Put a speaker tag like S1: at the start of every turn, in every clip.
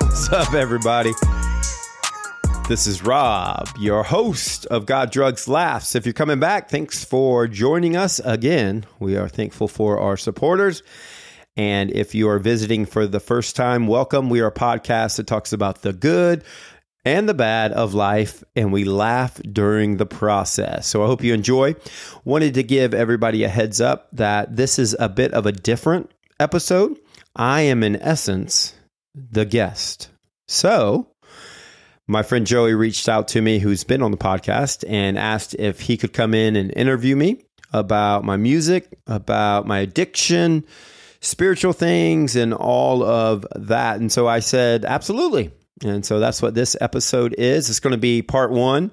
S1: What's up, everybody? This is Rob, your host of God Drugs Laughs. If you're coming back, thanks for joining us again. We are thankful for our supporters. And if you are visiting for the first time, welcome. We are a podcast that talks about the good and the bad of life, and we laugh during the process. So I hope you enjoy. Wanted to give everybody a heads up that this is a bit of a different episode. I am, in essence, the guest. So my friend Joey reached out to me, who's been on the podcast, and asked if he could come in and interview me about my music, about my addiction, spiritual things, and all of that. And so I said, absolutely. And so that's what this episode is. It's going to be part one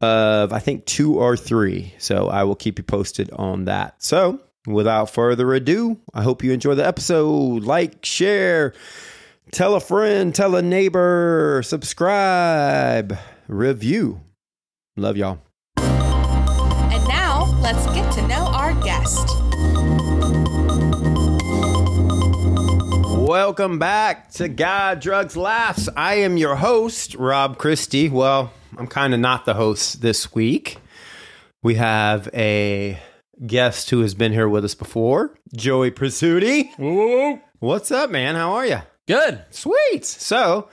S1: of, I think, two or three. So I will keep you posted on that. So without further ado, I hope you enjoy the episode. Like, share, tell a friend, tell a neighbor, subscribe, review. Love y'all.
S2: And now, let's get to know our guest.
S1: Welcome back to God, Drugs, Laughs. I am your host, Rob Christie. Well, I'm kind of not the host this week. We have a guest who has been here with us before, Joey Prasuti. What's up, man? How are you?
S3: Good.
S1: Sweet. So,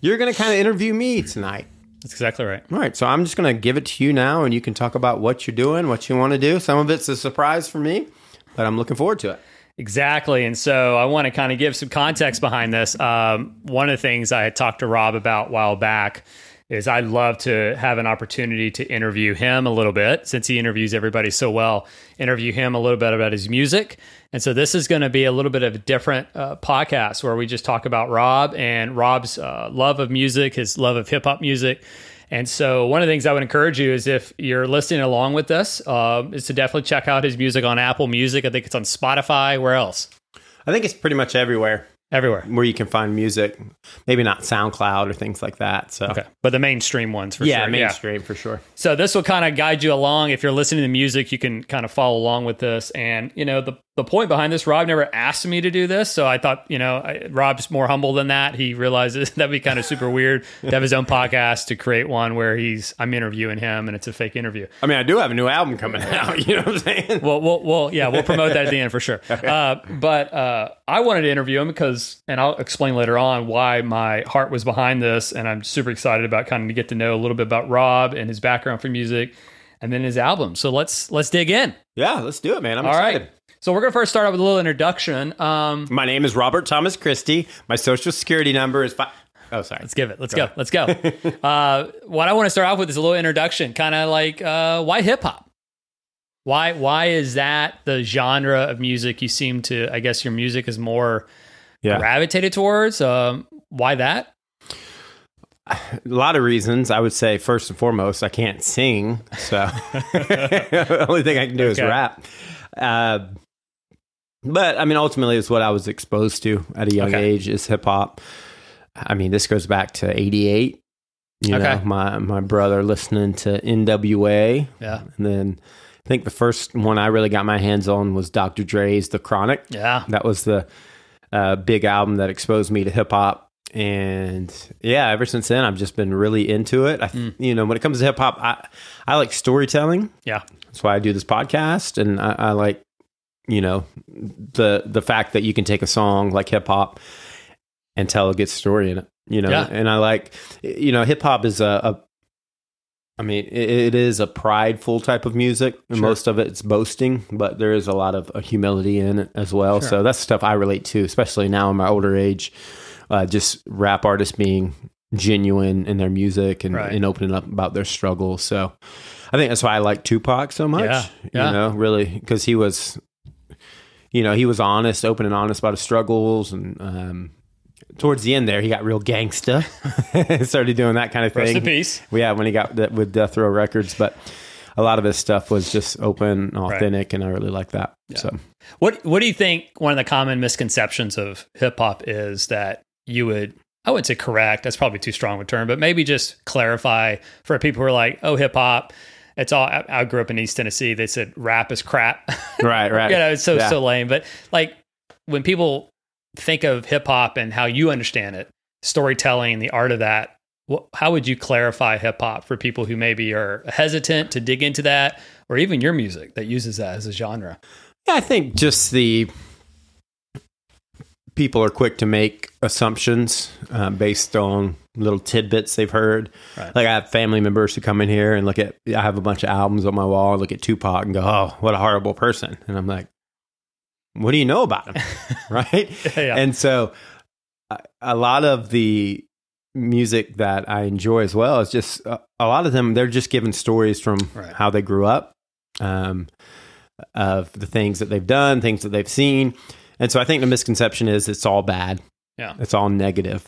S1: you're going to kind of interview me tonight.
S3: That's exactly right.
S1: All right. So, I'm just going to give it to you now, and you can talk about what you're doing, what you want to do. Some of it's a surprise for me, but I'm looking forward to it.
S3: Exactly. And so I want to kind of give some context behind this. Um, one of the things I had talked to Rob about a while back is I'd love to have an opportunity to interview him a little bit since he interviews everybody so well, interview him a little bit about his music. And so this is going to be a little bit of a different uh, podcast where we just talk about Rob and Rob's uh, love of music, his love of hip hop music. And so, one of the things I would encourage you is if you're listening along with us, uh, is to definitely check out his music on Apple Music. I think it's on Spotify. Where else?
S1: I think it's pretty much everywhere.
S3: Everywhere.
S1: where you can find music, maybe not SoundCloud or things like that. So,
S3: Okay. But the mainstream ones for
S1: yeah,
S3: sure.
S1: mainstream for sure.
S3: So this will kind of guide you along. If you're listening to music, you can kind of follow along with this. And you know, the the point behind this, Rob never asked me to do this, so I thought, you know, I, Rob's more humble than that. He realizes that'd be kind of super weird to have his own podcast to create one where he's I'm interviewing him and it's a fake interview.
S1: I mean, I do have a new album coming out. You know what I'm saying?
S3: Well, we'll, we'll yeah, we'll promote that at the end for sure. Uh, but uh, I wanted to interview him because, and I'll explain later on why my heart was behind this, and I'm super excited about kind of to get to know a little bit about Rob and his background for music, and then his album. So let's let's dig in.
S1: yeah, let's do it, man. I'm
S3: All right.
S1: excited.
S3: So we're gonna first start out with a little introduction. Um,
S1: My name is Robert Thomas Christie. My social security number is five. Oh, sorry.
S3: let's give it. Let's go. Let's go. uh, what I want to start off with is a little introduction, kind of like uh, why hip hop. Why why is that the genre of music you seem to? I guess your music is more
S1: Yeah.
S3: gravitated towards. Um, why that?
S1: A lot of reasons. I would say first and foremost, I can't sing, so the only thing I can do is
S3: Okay.
S1: rap. Uh, but I mean, ultimately, it's what I was exposed to at a young
S3: Okay.
S1: age is hip hop. I mean, this goes back to '88. You
S3: Okay.
S1: know, my my brother listening to N.W.A.
S3: Yeah,
S1: and then I think the first one I really got my hands on was Dr. Dre's The Chronic.
S3: yeah,
S1: That was the uh, big album that exposed me to hip hop. And yeah, ever since then, I've just been really into it. I,
S3: Mm.
S1: You know, when it comes to hip hop, I, I like storytelling.
S3: yeah.
S1: That's why I do this podcast. And I, I like, you know, the, the fact that you can take a song like hip hop and tell a good story in it, you know,
S3: Yeah.
S1: and I like, you know, hip hop is a, a I mean, it, it is a prideful type of music. and
S3: Sure.
S1: Most of it's boasting, but there is a lot of uh, humility in it as well.
S3: Sure.
S1: So that's stuff I relate to, especially now in my older age. Uh, just rap artists being genuine in their music and,
S3: Right.
S1: and opening up about their struggle. So I think that's why I like Tupac so much.
S3: Yeah, yeah.
S1: You know, really, because he was, you know, he was honest, open and honest about his struggles. And um, towards the end there, he got real gangsta. Started doing that kind of
S3: Rest
S1: thing.
S3: in peace.
S1: Well, Yeah, when he got that with Death Row Records, but a lot of his stuff was just open, and authentic, and I really like that. So
S3: What What do you think? One of the common misconceptions of hip hop is that you would. I wouldn't say correct. That's probably too strong of a term, but maybe just clarify for people who are like, "Oh, hip hop." It's all. I, I grew up in East Tennessee. They said rap is crap.
S1: right, right,
S3: you know, it's so
S1: Yeah.
S3: so lame. But like when people think of hip hop and how you understand it, storytelling, the art of that. Wh- How would you clarify hip hop for people who maybe are hesitant to dig into that, or even your music that uses that as a genre?
S1: Yeah, I think just the people are quick to make assumptions uh, based on little tidbits they've heard.
S3: Right.
S1: Like I have family members who come in here and look at. I have a bunch of albums on my wall. Look at Tupac and go, "Oh, what a horrible person!" And I'm like, "What do you know about him?" right?
S3: Yeah.
S1: And so, a- a lot of the music that I enjoy as well is just uh, a lot of them. They're just given stories from
S3: Right.
S1: how they grew up. Um, of the things that they've done, things that they've seen. And so I think the misconception is it's all bad.
S3: Yeah.
S1: It's all negative.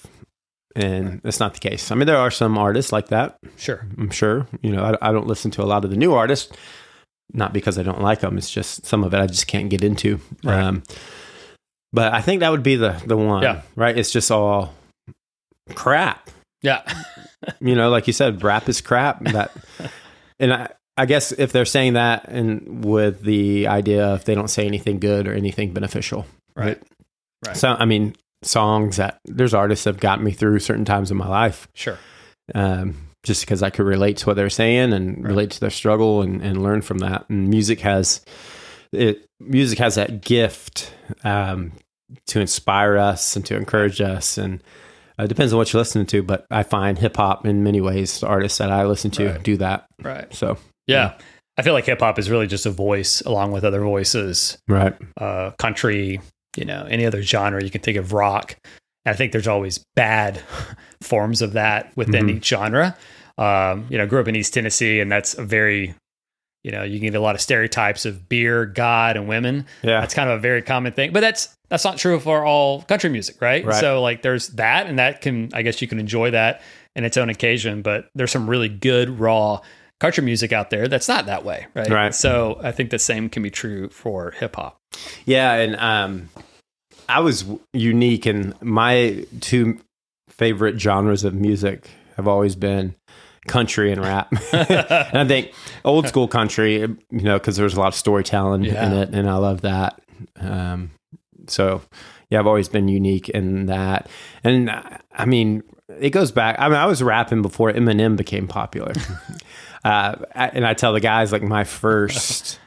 S1: And that's not the case. I mean, there are some artists like that,
S3: Sure.
S1: I'm sure. You know, I, I don't listen to a lot of the new artists, not because I don't like them. It's just some of it I just can't get into.
S3: Right.
S1: Um, but I think that would be the, the one,
S3: Yeah.
S1: right? It's just all crap
S3: Yeah.
S1: you know, like you said, rap is crap. That, and I, I guess if they're saying that, and with the idea of they don't say anything good or anything beneficial,
S3: Right. Right.
S1: So, I mean, songs that there's artists that have gotten me through certain times in my life,
S3: Sure.
S1: um, just because I could relate to what they're saying and relate to their struggle and, and learn from that. And music has it, music has that gift um, to inspire us and to encourage us. And it depends on what you're listening to, but I find hip hop in many ways, the artists that I listen to
S3: Right.
S1: do that.
S3: Right.
S1: So,
S3: Yeah. I feel like hip hop is really just a voice along with other voices,
S1: right.
S3: uh, country, you know, any other genre you can think of rock. And I think there's always bad forms of that within
S1: Mhm.
S3: each genre. Um, you know, I grew up in East Tennessee, and that's a very, you know, you can get a lot of stereotypes of beer, God, and women.
S1: Yeah.
S3: That's kind of a very common thing, but that's that's not true for all country music, right?
S1: Right.
S3: So like, there's that, and that can, I guess, you can enjoy that in its own occasion. But there's some really good raw country music out there that's not that way, right?
S1: Right.
S3: So I think the same can be true for hip hop.
S1: Yeah, and um, I was w- unique, and my two favorite genres of music have always been country and rap. and I think old school country, you know, because there's a lot of storytelling in
S3: Yeah.
S1: it, and I love that. Um, so, yeah, I've always been unique in that. And I I mean, it goes back. I mean, I was rapping before Eminem became popular. uh, I- and I tell the guys, like, my first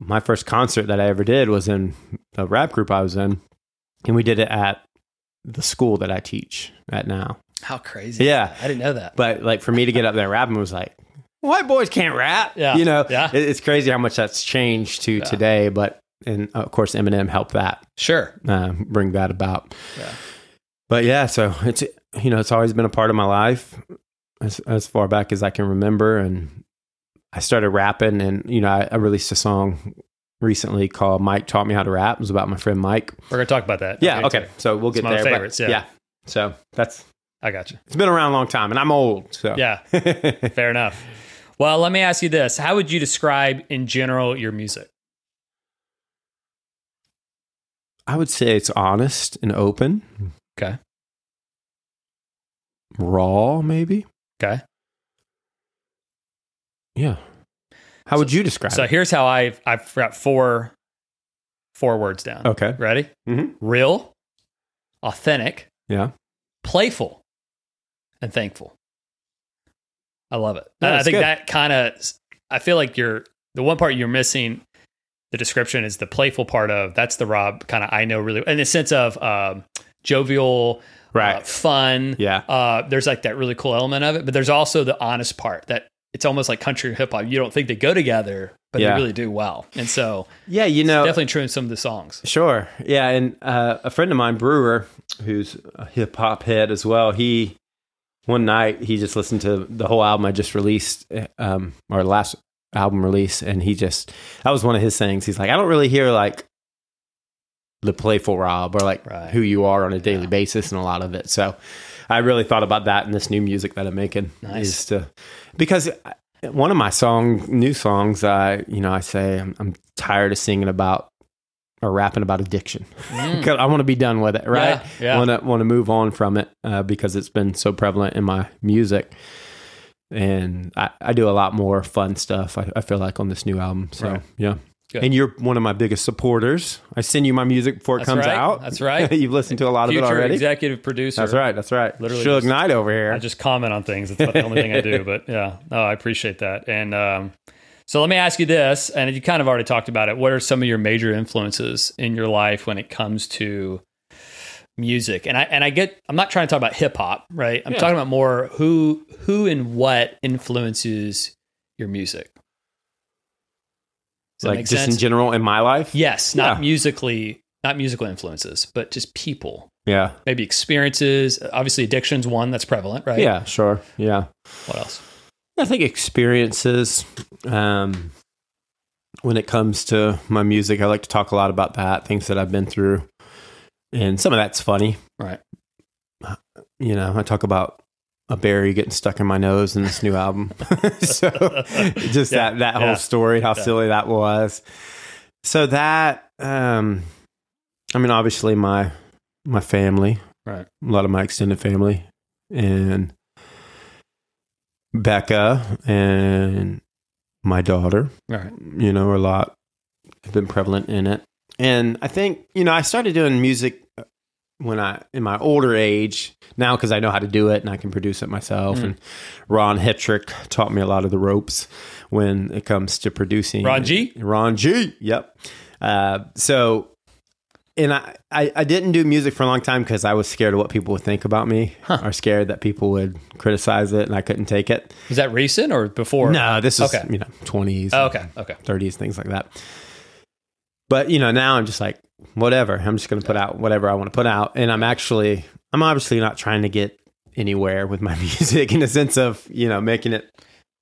S1: my first concert that I ever did was in a rap group I was in, and we did it at the school that I teach at now.
S3: How crazy!
S1: Yeah.
S3: I didn't know that.
S1: But like for me to get up there and rap, and was like, white boys can't rap.
S3: Yeah.
S1: You know,
S3: Yeah.
S1: It- it's crazy how much that's changed to today. But, and of course, Eminem helped that,
S3: sure,
S1: uh, bring that about.
S3: Yeah.
S1: But yeah, so it's, you know, it's always been a part of my life as, as far back as I can remember. And I started rapping and, you know, I, I released a song recently called Mike Taught Me How to Rap. It was about my friend Mike.
S3: we're gonna talk about that.
S1: Yeah. Okay.
S3: too.
S1: So we'll get
S3: my
S1: there. but-
S3: favorites, yeah.
S1: yeah. So that's,
S3: I got you.
S1: it's been around a long time and I'm old. So
S3: Yeah, fair enough. Well, let me ask you this: How would you describe in general your music?
S1: I would say it's honest and open,
S3: Okay.
S1: raw, maybe.
S3: Okay.
S1: Yeah. How would you describe
S3: So
S1: it?
S3: here's how I've I've got four four words down.
S1: Okay.
S3: Ready?
S1: Mhm.
S3: Real, authentic,
S1: Yeah.
S3: playful, and thankful. I love it.
S1: No,
S3: And I
S1: it's
S3: think
S1: good.
S3: that kind of I feel like you're the one part you're missing the description is the playful part of that's the Rob kind of I know really in the sense of um, jovial,
S1: Right.
S3: uh, fun,
S1: yeah.
S3: uh, there's like that really cool element of it, but there's also the honest part that it's almost like country and hip hop. You don't think they go together, but
S1: Yeah.
S3: they really do well. And so
S1: Yeah. You know,
S3: definitely true in some of the songs.
S1: Sure. Yeah, and uh, a friend of mine, Brewer, who's a hip hop head as well, he one night he just listened to the whole album I just released, uh, um, our last album release, and he just that was one of his things. He's like, I don't really hear like the playful Rob or like
S3: Right.
S1: who you are on a daily basis and a lot of it. So I really thought about that in this new music that I'm making.
S3: Nice.
S1: Is to because I- one of my song new songs, I you know I say I'm, I'm tired of singing about or rapping about addiction. 'Cause I want to be done with it, right?
S3: Mm. Yeah, yeah.
S1: Want to want to move on from it uh, because it's been so prevalent in my music, and I, I do a lot more fun stuff. I, I feel like on this new album, so
S3: Right.
S1: yeah,
S3: Good.
S1: And you're one of my biggest supporters. I send you my music before it
S3: That's
S1: comes
S3: right.
S1: out.
S3: That's right.
S1: You've listened to a lot
S3: Future
S1: of it already.
S3: executive producer.
S1: That's right. That's right.
S3: Literally
S1: Suge
S3: just-
S1: Knight over here.
S3: I just comment on things. That's about the only thing I do. But yeah, no, I appreciate that. And um, so let me ask you this, and you kind of already talked about it. What are some of your major influences in your life when it comes to music? And I and I get I'm not trying to talk about hip hop, right? I'm
S1: Yeah.
S3: talking about more who who and what influences your music. Does that
S1: like
S3: make
S1: just
S3: sense?
S1: in general in my life.
S3: yes, not
S1: Yeah.
S3: musically, not musical influences, but just people.
S1: Yeah.
S3: Maybe experiences. Obviously, addiction's one that's prevalent, right?
S1: Yeah. Sure. Yeah.
S3: What else?
S1: I think experiences. Um, when it comes to my music, I like to talk a lot about that, things that I've been through. And some of that's funny.
S3: Right.
S1: You know, I talk about a berry getting stuck in my nose in this new album. so just
S3: Yeah,
S1: that that
S3: yeah.
S1: whole story, how
S3: Yeah.
S1: silly that was. So that um I mean obviously my my family,
S3: Right.
S1: a lot of my extended family and Becca and my daughter,
S3: All right.
S1: you know, are a lot have been prevalent in it. And I think, you know, I started doing music uh, when I in my older age now because I know how to do it and I can produce it myself.
S3: Mm.
S1: And Ron Hetrick taught me a lot of the ropes when it comes to producing.
S3: Ron G?
S1: Ron G. Yep. Uh, so, and I, I I didn't do music for a long time because I was scared of what people would think about me, or scared that people would criticize it, and I couldn't take it.
S3: Was that recent or before?
S1: no, this is
S3: Okay.
S1: you know twenties.
S3: Oh, okay. Okay.
S1: 30s, things like that. But you know, now I'm just like, whatever. I'm just going to put out whatever I want to put out, and I'm actually, I'm obviously not trying to get anywhere with my music in the sense of you know making it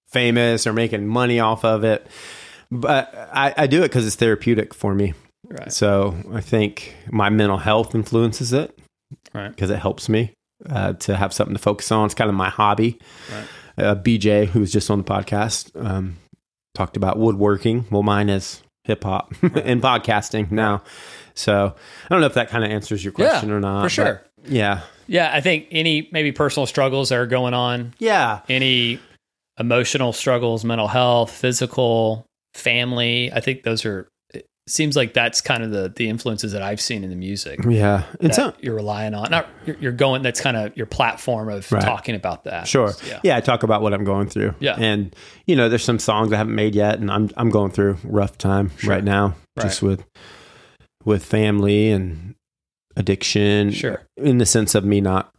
S1: famous or making money off of it. But I, I do it because it's therapeutic for me.
S3: Right.
S1: So I think my mental health influences it
S3: Right.
S1: because it helps me uh, to have something to focus on. It's kind of my hobby.
S3: Right.
S1: Uh, BJ, who was just on the podcast, um, talked about woodworking. Well, mine is hip hop and podcasting now. So I don't know if that kind of answers your question or not.
S3: for
S1: but
S3: sure.
S1: Yeah.
S3: Yeah, I think any maybe personal struggles that are going on,
S1: Yeah.
S3: any emotional struggles, mental health, physical, family. I think those are. It seems like that's kind of the the influences that I've seen in the music.
S1: Yeah. Mm-hmm. And
S3: that
S1: so,
S3: you're relying on not you're, you're going. That's kind of your platform of
S1: Right.
S3: talking about that.
S1: Sure.
S3: Yeah.
S1: Yeah. I talk about what I'm going through.
S3: Yeah.
S1: And you know, there's some songs I haven't made yet, and I'm I'm going through a rough time
S3: Sure.
S1: right now,
S3: Right.
S1: just with with family and addiction.
S3: Sure.
S1: In the sense of me not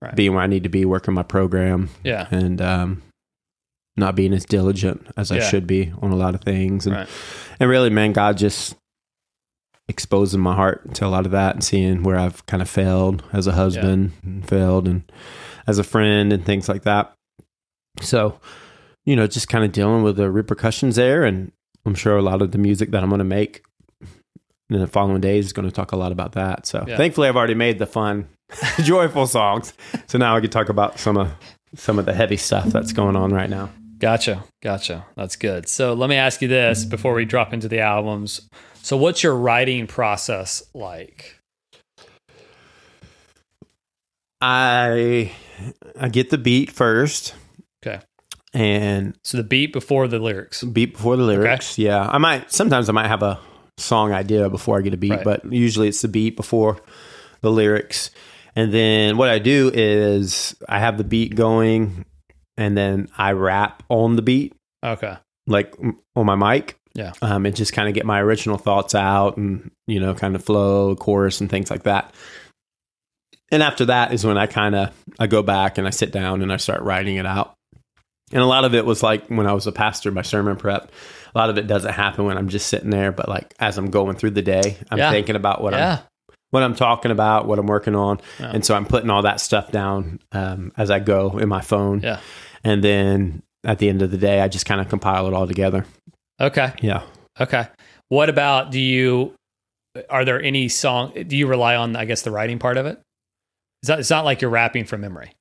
S3: Right.
S1: being where I need to be, working my program,
S3: Yeah.
S1: and um, not being as diligent as I
S3: Yeah.
S1: should be on a lot of things, and
S3: Right.
S1: and really, man, God just exposing my heart to a lot of that and seeing where I've kind of failed as a husband and failed and as a friend and things like that. So, you know, just kind of dealing with the repercussions there. And I'm sure a lot of the music that I'm going to make in the following days is going to talk a lot about that. So
S3: Yeah.
S1: thankfully I've already made the fun, joyful songs. So now I can talk about some of, some of the heavy stuff that's going on right now.
S3: Gotcha. Gotcha. That's good. So let me ask you this before we drop into the albums. So what's your writing process like?
S1: I, I get the beat first
S3: Okay.
S1: and
S3: So the beat before the lyrics.
S1: beat before the lyrics. Yeah, I might sometimes I might have a song idea before I get a beat,
S3: Right.
S1: but usually it's the beat before the lyrics. And then what I do is I have the beat going, and then I rap on the beat,
S3: Okay.
S1: like m- on my mic.
S3: Yeah.
S1: um, and just kind of get my original thoughts out, and you know, kind of flow, chorus, and things like that. And after that is when I kind of I go back and I sit down and I start writing it out. And a lot of it was like when I was a pastor, my sermon prep. A lot of it doesn't happen when I'm just sitting there, but like as I'm going through the day, I'm
S3: Yeah.
S1: thinking about what I'm
S3: yeah.
S1: what I'm talking about, what I'm working on,
S3: Yeah.
S1: and so I'm putting all that stuff down um, as I go in my phone.
S3: Yeah.
S1: And then at the end of the day, I just kind of compile it all together.
S3: Okay.
S1: Yeah.
S3: Okay. What about do you are there any song do you rely on I guess the writing part of it? It's not, it's not like you're rapping from memory.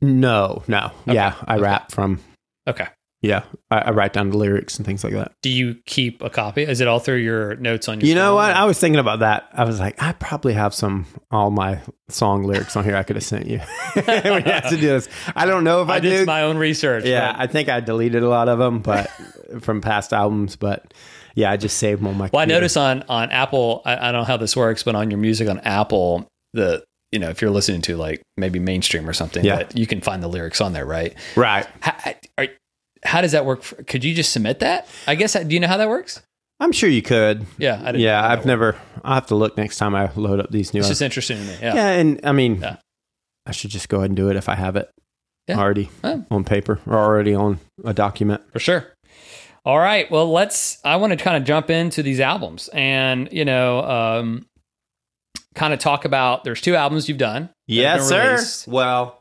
S1: No, no.
S3: Okay.
S1: Yeah, I
S3: Okay.
S1: rap from
S3: Okay.
S1: Yeah, I, I write down the lyrics and things like that.
S3: Do you keep a copy? Is it all through your notes on your?
S1: You know
S3: phone?
S1: what? I was thinking about that. I was like, I probably have some all my song lyrics on here. I could have sent you. we have to do this. I don't know if I,
S3: I did
S1: do.
S3: my own research.
S1: yeah,
S3: but-
S1: I think I deleted a lot of them, but from past albums. But yeah, I just saved them on my.
S3: Well, I
S1: computer.
S3: notice on on Apple, I, I don't know how this works, but on your music on Apple, the you know if you're listening to like maybe mainstream or something,
S1: Yeah.
S3: that you can find the lyrics on there, right?
S1: Right.
S3: How, are, how does that work? For, could you just submit that? I guess. Do you know how that works?
S1: I'm sure you could.
S3: Yeah, I didn't know
S1: yeah,
S3: how
S1: I've
S3: that
S1: never. I'll have to look next time I load up these new.
S3: It's
S1: ones.
S3: just interesting to me. Yeah.
S1: yeah, and I mean,
S3: Yeah.
S1: I should just go ahead and do it if I have it
S3: Yeah.
S1: already
S3: Oh.
S1: on paper or already on a document.
S3: for sure. All right. Well, let's. I want to kind of jump into these albums and you know, um, kind of talk about. There's two albums you've done. that have been released.
S1: Well,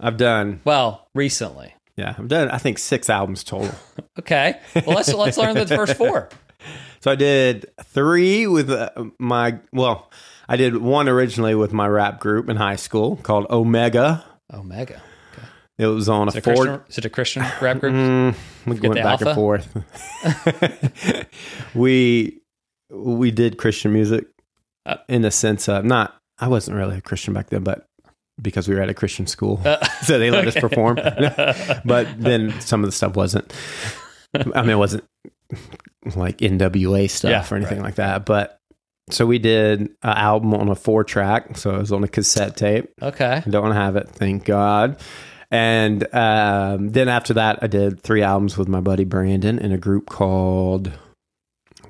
S1: I've done.
S3: Well, recently.
S1: Yeah, I've done. I think six albums total.
S3: Okay. Well, let's let's learn the first four.
S1: So I did three with uh, my well, I did one originally with my rap group in high school called Omega.
S3: Omega.
S1: It was on
S3: Is
S1: a
S3: it,
S1: Ford.
S3: Christian, is it a Christian rap group?
S1: Mm, we
S3: Forget
S1: went
S3: the
S1: back
S3: alpha?
S1: and forth. we we did Christian music
S3: Uh.
S1: in the sense of not. I wasn't really a Christian back then, but because we were at a Christian school,
S3: Uh,
S1: so they let us
S3: okay.
S1: perform. but then some of the stuff wasn't. I mean, it wasn't like NWA stuff
S3: Yeah,
S1: or anything like that. But so we did an album on a four track, so it was on a cassette tape.
S3: okay.
S1: I don't have it, thank God. And um, then after that, I did three albums with my buddy Brandon in a group called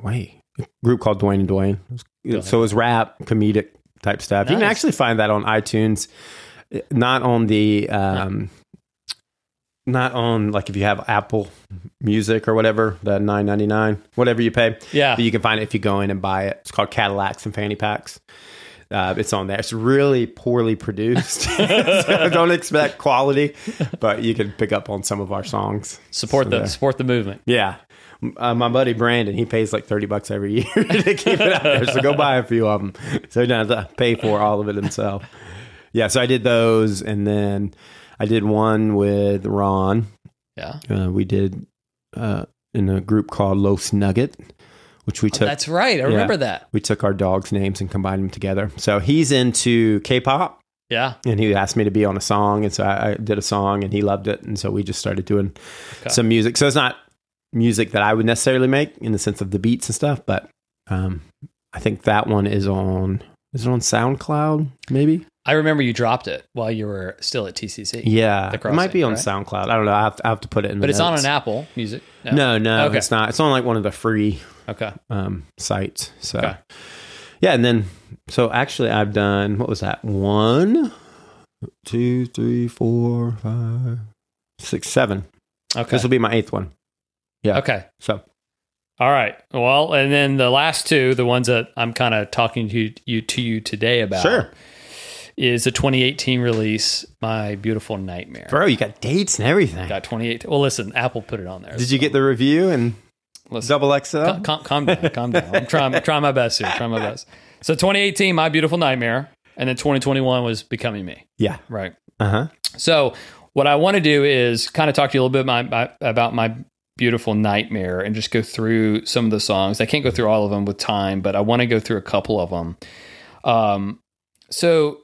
S1: wait, a group called Dwayne and Dwayne. It was- So it was rap, comedic type stuff. You can
S3: Nice.
S1: actually find that on iTunes, not on the um, not on like if you have Apple Music or whatever, the nine ninety nine, whatever you pay.
S3: Yeah.
S1: But you can find it if you go in and buy it. It's called Cadillacs and Fanny Packs. Uh, it's on there. It's really poorly produced. so don't expect quality, but you can pick up on some of our songs.
S3: Support
S1: So
S3: the
S1: there.
S3: support the movement.
S1: Yeah. M- Uh, my buddy Brandon, he pays like 30 bucks every year to keep it out there. So go buy a few of them. So he doesn't have to pay for all of it himself. Yeah. So I did those. And then I did one with Ron
S3: Yeah.
S1: uh, we did uh, in a group called Los Nugget, which we took
S3: Oh, That's right. I remember that.
S1: we took our dogs' names and combined them together. So he's into K-pop,
S3: Yeah.
S1: and he asked me to be on a song, and so I, I did a song, and he loved it, and so we just started doing
S3: Okay.
S1: some music. So it's not music that I would necessarily make in the sense of the beats and stuff, but um, I think that one is on. Is it on SoundCloud? Maybe.
S3: I remember you dropped it while you were still at TCC.
S1: Yeah,
S3: The
S1: it might be on
S3: Crossing,
S1: SoundCloud. I don't know. I have to, I have to put it in.
S3: But
S1: the
S3: it's not
S1: notes.
S3: on Apple Music.
S1: No, no,
S3: Okay.
S1: it's not. It's on like one of the free
S3: Okay.
S1: um, sites. So,
S3: Okay.
S1: yeah, and then so actually, I've done what was that? One, two, three, four, five, six, seven.
S3: Okay.
S1: This will be my eighth one. yeah.
S3: Okay.
S1: So,
S3: All right. Well, and then the last two, the ones that I'm kind of talking to you, you to you today about,
S1: Sure.
S3: is the 2018 release, "My Beautiful Nightmare."
S1: bro, you got dates and everything.
S3: Got 28. Well, listen, Apple put it on there.
S1: Did you get the review and
S3: Listen.
S1: double XL?
S3: Cal- Calm, calm down. Calm down. I'm trying. I'm trying my best here. Trying my best. So 2018, my beautiful nightmare, and then 2021 was becoming me.
S1: yeah.
S3: Right.
S1: Uh huh.
S3: So what I want to do is kind of talk to you a little bit my, my, about my beautiful nightmare and just go through some of the songs. I can't go through all of them with time, but I want to go through a couple of them. Um, so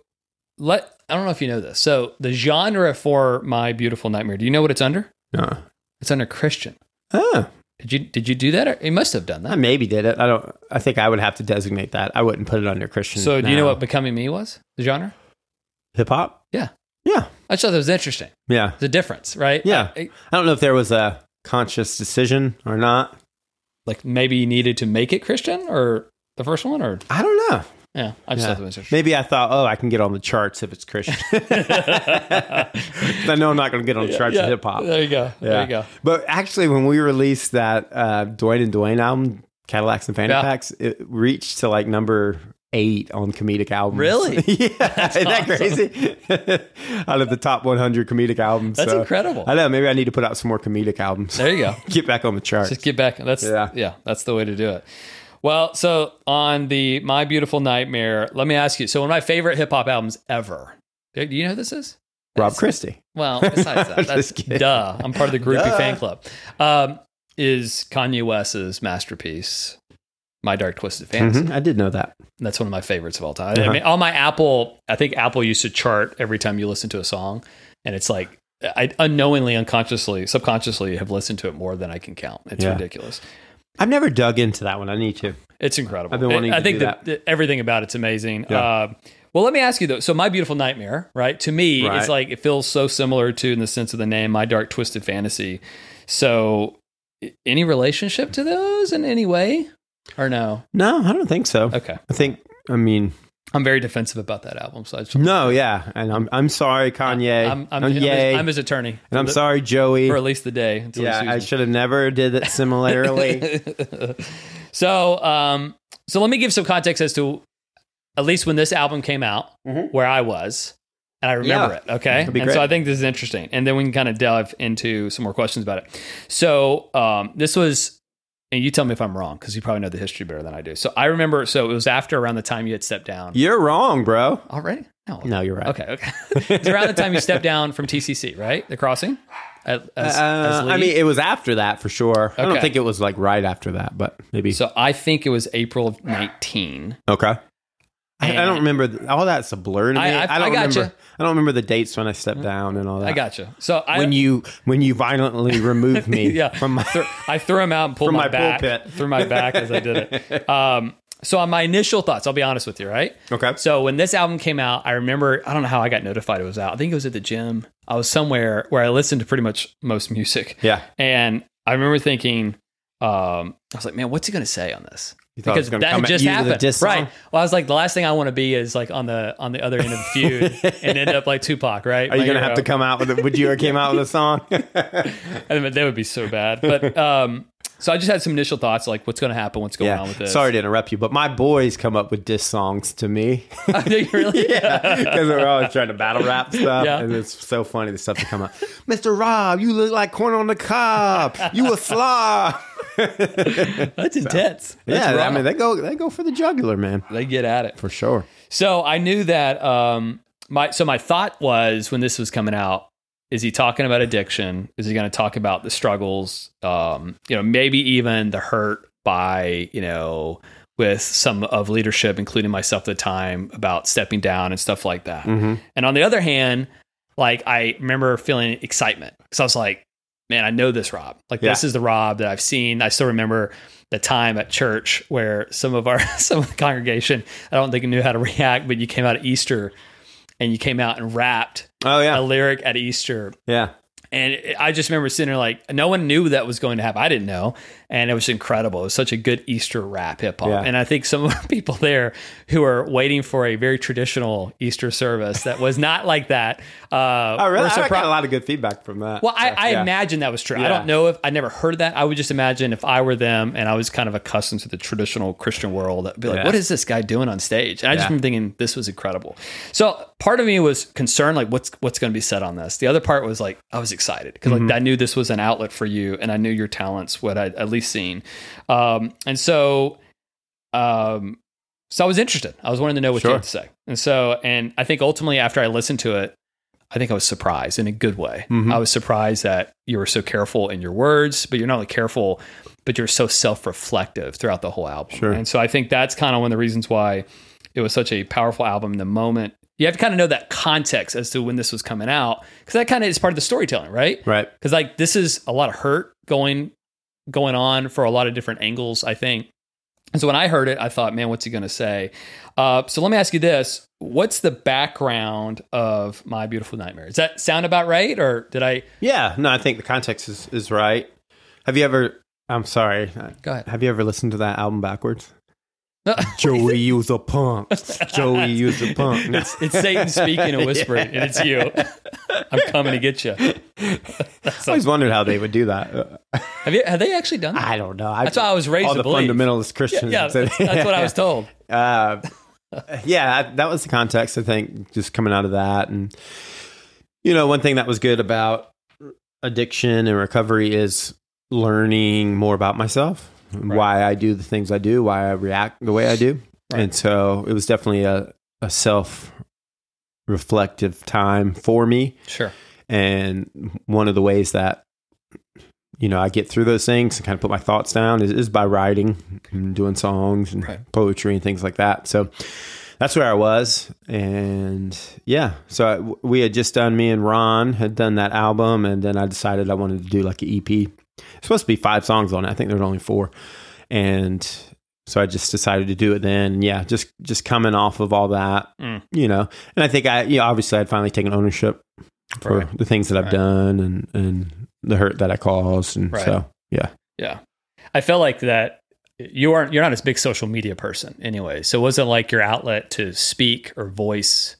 S3: let I don't know if you know this. So the genre for my beautiful nightmare. Do you know what it's under?
S1: No.
S3: It's under Christian.
S1: Oh,
S3: Did you did you do that? Or, you must have done
S1: I
S3: that.
S1: maybe did it. I don't. I think I would have to designate that. I wouldn't put it under Christian.
S3: So do you know
S1: now.
S3: what becoming me was? The genre?
S1: Hip hop.
S3: Yeah.
S1: Yeah.
S3: I just thought that was interesting.
S1: Yeah.
S3: The difference, right?
S1: Yeah.
S3: I- I-
S1: I don't know if there was a conscious decision or not.
S3: like maybe you needed to make it Christian or the first one or
S1: I don't know.
S3: yeah. I just
S1: Yeah.
S3: thought that was interesting.
S1: Maybe I thought, oh, I can get on the charts if it's Christian. I know I'm not going to get on the charts
S3: Yeah,
S1: of hip hop.
S3: There you go. There you go.
S1: But actually, when we released that uh, Dwayne and Dwayne album, Cadillacs and Fanny
S3: Yeah.
S1: Packs, it reached to like number eight on comedic albums.
S3: Really?
S1: yeah. Isn't that
S3: awesome.
S1: crazy? Out of the top 100 comedic albums.
S3: That's
S1: so-
S3: incredible.
S1: I know. Maybe I need to put out some more comedic albums.
S3: There you go.
S1: get back on the charts.
S3: Just get back. That's yeah.
S1: Yeah.
S3: That's the way to do it. Well, so on the My Beautiful Nightmare, let me ask you. So one of my favorite hip hop albums ever. Do you know who this is?
S1: Rob Christie.
S3: Well, besides
S1: I'm
S3: that, that's
S1: just kidding.
S3: duh. I'm part of the groupie
S1: Duh.
S3: fan club. Um, is Kanye West's masterpiece, My Dark Twisted Fantasy?
S1: Mhm, I did know that.
S3: That's one of my favorites of all time.
S1: Uh-huh.
S3: I mean, on my Apple, I think Apple used to chart every time you listen to a song, and it's like I unknowingly, unconsciously, subconsciously have listened to it more than I can count. It's
S1: Yeah.
S3: ridiculous.
S1: I've never dug into that one. I need to.
S3: It's incredible.
S1: I've been wanting
S3: I
S1: to
S3: think
S1: do
S3: that. everything about it's amazing.
S1: Yeah.
S3: Uh, well, let me ask you though. So, My Beautiful Nightmare, right? To me,
S1: Right.
S3: it's like it feels so similar to, in the sense of the name, My Dark Twisted Fantasy. So, i- any relationship to those in any way, or no?
S1: No, I don't think so.
S3: Okay,
S1: I think. I mean,
S3: I'm very defensive about that album. So I just,
S1: no, yeah, and I'm I'm sorry, Kanye.
S3: I'm, I'm,
S1: Oh,
S3: I'm, his-
S1: yay,
S3: I'm his attorney,
S1: and I'm sorry, Joey.
S3: for at least the day. Until
S1: Yeah,
S3: he
S1: I
S3: sues
S1: should have never did it
S3: me.
S1: similarly.
S3: so, um, so let me give some context as to at least when this album came out,
S1: Mhm.
S3: where I was, and I remember
S1: Yeah.
S3: it. Okay,
S1: That'd be
S3: and so
S1: great.
S3: I think this is interesting, and then we can kind of delve into some more questions about it. So, um, this was. And you tell me if I'm wrong, because you probably know the history better than I do. So I remember. So it was after around the time you had stepped down.
S1: You're wrong, bro.
S3: Already? No.
S1: No, you're right.
S3: Okay. Okay. it's around the time you stepped down from TCC, right? The crossing. As, as- as
S1: Uh, I
S3: lead?
S1: mean, it was after that for sure. I don't
S3: Okay.
S1: think it was like right after that, but maybe.
S3: So I think it was April of 19.
S1: okay. I, I don't
S3: And-
S1: remember th- all that's a blur to me.
S3: I- I-
S1: I, don't
S3: I gotcha. Mm-hmm.
S1: remember. I don't remember the dates when I stepped down and all that.
S3: I gotcha. So I,
S1: Uh, when you when you violently removed me
S3: yeah,
S1: from my
S3: Thro- I threw him out and pulled
S1: From
S3: my,
S1: my
S3: back
S1: pulpit.
S3: through my back as I did it. Um, so on my initial thoughts, I'll be honest with you, right?
S1: okay.
S3: So when this album came out, I remember I don't know how I got notified it was out. I think it was at the gym. I was somewhere where I listened to pretty much most music,
S1: Yeah,
S3: and I remember thinking, um, I was like, man, what's he going to say on this?
S1: you thought it
S3: because
S1: was gonna
S3: that
S1: come
S3: had
S1: at
S3: just
S1: you with a
S3: happened,
S1: diss song?
S3: right? Well, I was like, the last thing I want to be is like on the on the other end of the feud and end up like Tupac, right?
S1: Are you
S3: My
S1: gonna have
S3: hero.
S1: to come out with it? Would you have came out with a song?
S3: I mean, that would be so bad. But um, so I just had some initial thoughts, like what's going to happen, what's going on with
S1: yeah.
S3: this.
S1: Sorry to interrupt you, but my boys come up with diss songs to me.
S3: I think really,
S1: yeah, because we're always trying to battle rap stuff,
S3: Yeah.
S1: and it's so funny the stuff to come up. Mr. Rob, you look like corn on the cob. You a slob.
S3: that's intense. That's
S1: yeah,
S3: raw.
S1: I mean they go they go for the jugular, man,
S3: they get at it.
S1: for sure.
S3: So I knew that. Um, my so my thought was when this was coming out, is he talking about addiction? Is he going to talk about the struggles? Um, you know, maybe even the hurt by you know with some of leadership, including myself at the time, about stepping down and stuff like that.
S1: Mhm.
S3: And on the other hand, like I remember feeling excitement because I was like, man, I know this Rob. Like
S1: Yeah.
S3: this is the Rob that I've seen. I still remember the time at church where some of our some of the congregation I don't think knew how to react, but you came out at Easter and you came out and rapped
S1: Oh
S3: a
S1: yeah,
S3: lyric at Easter.
S1: yeah.
S3: And it- I just remember sitting there like no one knew that was going to happen. I didn't know, and it was incredible. It was such a good Easter rap hip hop,
S1: Yeah.
S3: and I think some of the people there who are waiting for a very traditional Easter service that was not like that. Uh,
S1: I Oh, really
S3: were
S1: I
S3: surpri-
S1: got a lot of good feedback from that.
S3: well, I,
S1: So,
S3: I
S1: yeah.
S3: imagine that was true. I
S1: Yeah.
S3: don't know if I never heard that. I would just imagine if I were them and I was kind of accustomed to the traditional Christian world, I'd be like,
S1: Yeah.
S3: what is this guy doing on stage? And I just
S1: Yeah.
S3: remember thinking this was incredible. So part of me was concerned, like what's what's going to be said on this. The other part was like I was excited because
S1: Mm-hmm.
S3: like I knew this was an outlet for you and I knew your talents, what I'd at least seen. Um, and so, um, so I was interested. I was wanting to know what you
S1: Sure.
S3: had to say. And so, and I think ultimately after I listened to it, I think I was surprised in a good way.
S1: Mhm.
S3: I was surprised that you were so careful in your words, but you're not only careful, but you're so self reflective throughout the whole album.
S1: Sure.
S3: And so I think that's kind of one of the reasons why it was such a powerful album in the moment. You have to kind of know that context as to when this was coming out, because that kind of is part of the storytelling, right?
S1: right.
S3: Because like this is a lot of hurt going going on for a lot of different angles, I think. And so when I heard it, I thought, man, what's he going to say? Uh, so let me ask you this: What's the background of My Beautiful Nightmare? Does that sound about right, or did I?
S1: Yeah, no, I think the context is, is right. Have you ever? I'm sorry. uh,
S3: Go ahead.
S1: Have you ever listened to that album backwards?
S3: No.
S1: Joey, use a pump. Joey, use a pump. No.
S3: It's, it's Satan speaking and whispering, and it's you. I'm coming to get you.
S1: I always wondered how they would do that. Uh,
S3: Have you? Have they actually done that?
S1: I don't know. I,
S3: That's what I was raised
S1: all
S3: to
S1: the
S3: believe.
S1: fundamentalist Christians.
S3: yeah, that's, that's what I was told.
S1: uh, yeah, that- that was the context. I think just coming out of that, and you know, one thing that was good about addiction and recovery is learning more about myself, why I do the things I do, why I react the way I do,
S3: Right.
S1: and so it was definitely a a self reflective time for me.
S3: Sure.
S1: And one of the ways that you know I get through those things and kind of put my thoughts down is, is by writing, and doing songs and
S3: Right.
S1: poetry and things like that. So that's where I was, and yeah. So I, we had just done me and Ron had done that album, and then I decided I wanted to do like an EP. It's supposed to be five songs on it. I think there's only four, and so I just decided to do it then. And Yeah, just just coming off of all that,
S3: Mm.
S1: you know. And I think I, you know, obviously I'd finally taken ownership for
S3: Right.
S1: the things that I've
S3: Right.
S1: done and and the hurt that I caused, and
S3: Right.
S1: so yeah,
S3: Yeah. I feel like that you aren't you're not as big social media person anyway. So it wasn't like your outlet to speak or voice